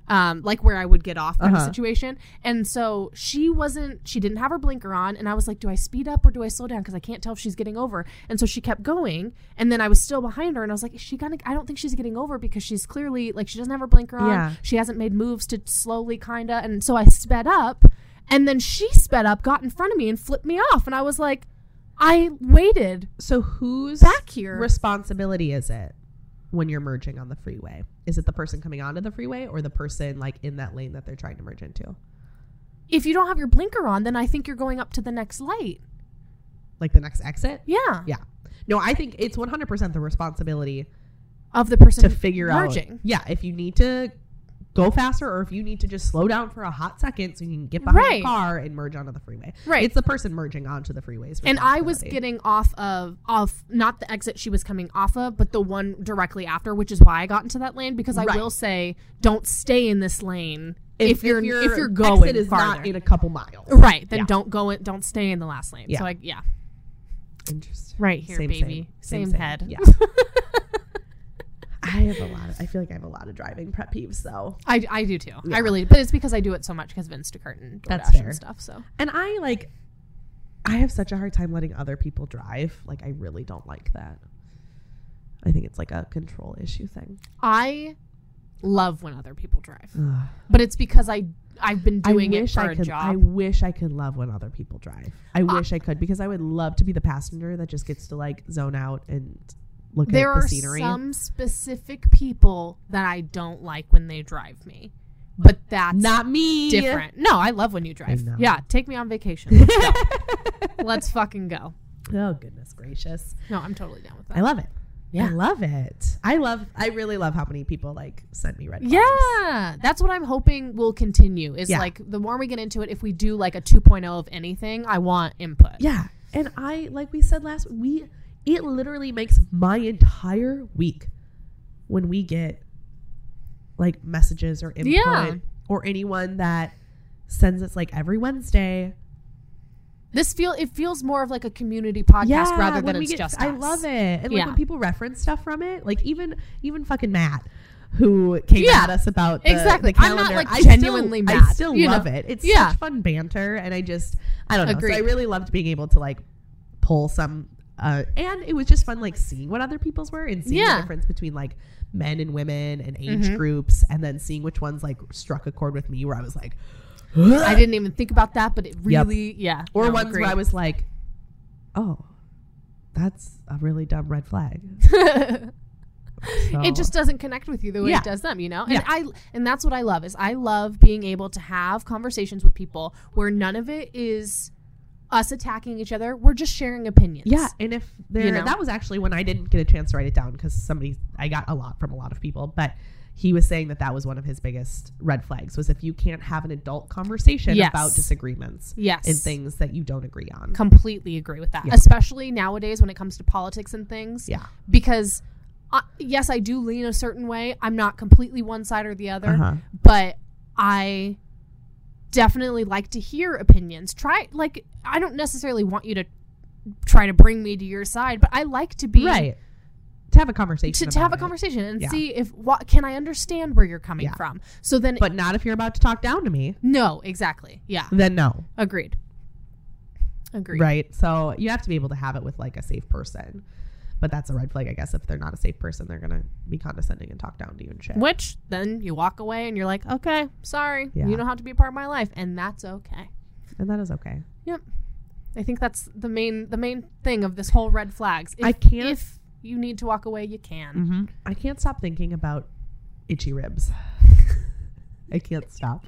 um, like where I would get off kind of Uh-huh. situation. And so she wasn't, she didn't have her blinker on. And I was like, do I speed up or do I slow down? Because I can't tell if she's getting over. And so she kept going. And then I was still behind her. And I was like, is she going to, I don't think she's getting over because she's clearly, like, she doesn't have her blinker on. Yeah. She hasn't made moves to slowly kind of. And so I sped up. And then she sped up, got in front of me, and flipped me off. And I was like, I waited So who's back here. responsibility is it when you're merging on the freeway? Is it the person coming onto the freeway or the person like in that lane that they're trying to merge into? if you don't have your blinker on, then I think you're going up to the next light. Like the next exit? Yeah. Yeah. No, I think it's 100% the responsibility Of the person to figure out. Mm-hmm. merging. Yeah, if you need to go faster or if you need to just slow down for a hot second so you can get behind Right. the car and merge onto the freeway. Right. It's the person merging onto the freeways. And I was getting off of off not the exit she was coming off of, but the one directly after, which is why I got into that lane. Because I Right. will say, don't stay in this lane if, if, you're if your you're, going exit is farther. not in a couple miles. right, then Yeah. don't go in, don't stay in the last lane. Yeah. So I, yeah, Interesting. right here, Same, baby, same, same. Same, same. head. Yeah. <laughs> I have a lot of I feel like I have a lot of driving prep peeves, so I, I do too. Yeah. I really, but it's because I do it so much because of Instacart and DoorDash That's fair. and stuff. So And I like, I have such a hard time letting other people drive. Like, I really don't like that. I think it's like a control issue thing. I love when other people drive, but it's because I I've been I doing it wish for I a could. I job. Uh, wish I could love when other people drive. I wish I could because I would love to be the passenger that just gets to like zone out and look there at the are scenery. some specific people that I don't like when they drive me, but that's Not me. different. No, I love when you drive. know. Yeah, take me on vacation. <laughs> Let's go. Let's fucking go. Oh goodness gracious! No, I'm totally down with that. I love it. Yeah. I love it. I love. I really love how many people like send me red. flags. Yeah, that's what I'm hoping will continue. Is Yeah. like the more we get into it, if we do like a 2.0 of anything, I want input. Yeah. And I like we said last we it literally makes my entire week when we get like messages or input Yeah. or anyone that sends us like every Wednesday. This feel it feels more of like a community podcast rather when than we it's get- just. I us. love it. And Yeah. like when people reference stuff from it, like even even fucking Matt who came Yeah. at us about the, Exactly. the I'm not, calendar. like, I still- genuinely mad, I still you know? love it. It's Yeah. such fun banter and I just I don't know. So I Agreed. really loved being able to like pull some uh, and it was just fun like seeing what other people's were and seeing Yeah. the difference between like men and women and age Mhm. groups and then seeing which ones like struck a chord with me where I was like I didn't even think about that, but it really, yeah. or no, ones agree. where I was like, oh, that's a really dumb red <laughs> flag. So- it just doesn't connect with you the way "Oh." Yeah. it does them, you know. And Yeah. I and that's what I love is I love being able to have conversations with people where none of it is us attacking each other. We're just sharing opinions. yeah, and if there You know? that was actually when I didn't get a chance to write it down because somebody I got a lot from a lot of people, but he was saying that that was one of his biggest red flags was if you can't have an adult conversation Yes. about disagreements Yes. and things that you don't agree on. Completely agree with that, Yeah. especially nowadays when it comes to politics and things. Yeah, Because, I, yes, I do lean a certain way. I'm not completely one side or the other. uh-huh. but I definitely like to hear opinions. Try like I don't necessarily want you to try to bring me to your side, but I like to be right. to have a conversation. to, to have a about it. conversation and Yeah. see if what can I understand where you're coming Yeah. from. So then, but not if you're about to talk down to me. no, exactly, yeah, Then no, agreed, agreed. right? So you have to be able to have it with like a safe person. But that's a red flag, I guess. If they're not a safe person, they're gonna be condescending and talk down to you and shit. Which then you walk away and you're like, okay, sorry, Yeah. you don't have to be a part of my life, and that's okay. And that is okay. I think that's the main the main thing of this whole red flags. If, I can't- If you need to walk away, you can. Mm-hmm. I can't stop thinking about <laughs> itchy ribs. I can't stop.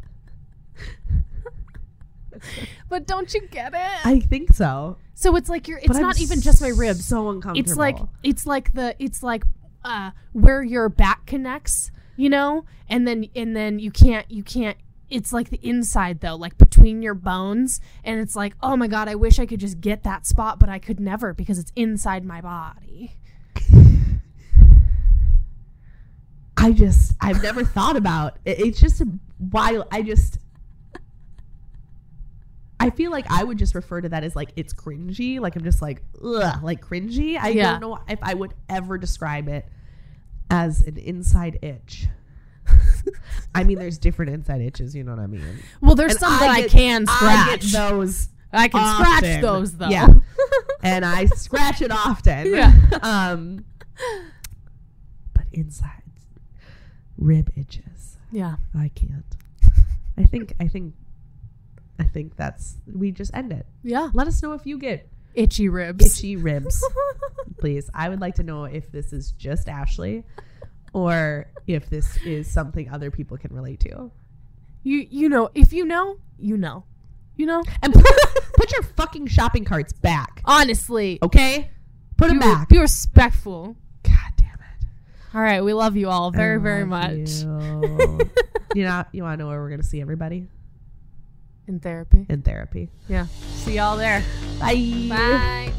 But don't you get it? I think so. so it's like you're. It's but I'm not even just my ribs. So uncomfortable. it's like it's like the it's like uh where your back connects you know and then and then you can't you can't it's like the inside though like between your bones and it's like oh my god i wish i could just get that spot but i could never because it's inside my body I just I've never thought about it. It's just a wild. I just I feel like I would just refer to that as like it's cringy. Like I'm just like ugh, like cringy. I Yeah. don't know if I would ever describe it as an inside <laughs> itch. I mean, there's different inside itches. You know what I mean? well there's And some that get- i can I get scratch i, those can often. scratch those though <laughs> Yeah. and I scratch it often. Yeah. Um, but inside rib itches, yeah I can't. I think. I think. I think that's we just end it. yeah Let us know if you get itchy ribs itchy <laughs> ribs, please. I would like to know if this is just Ashley, or if this is something other people can relate to. you you know if you know you know you know And <laughs> put, put your fucking shopping carts back, honestly okay? Put be, them back. be respectful God damn it! All right, we love you all I very, very love much. you. <laughs> you know, you want to know where we're going to see everybody? In therapy. <laughs> In therapy. Yeah. See y'all there. Bye. Bye.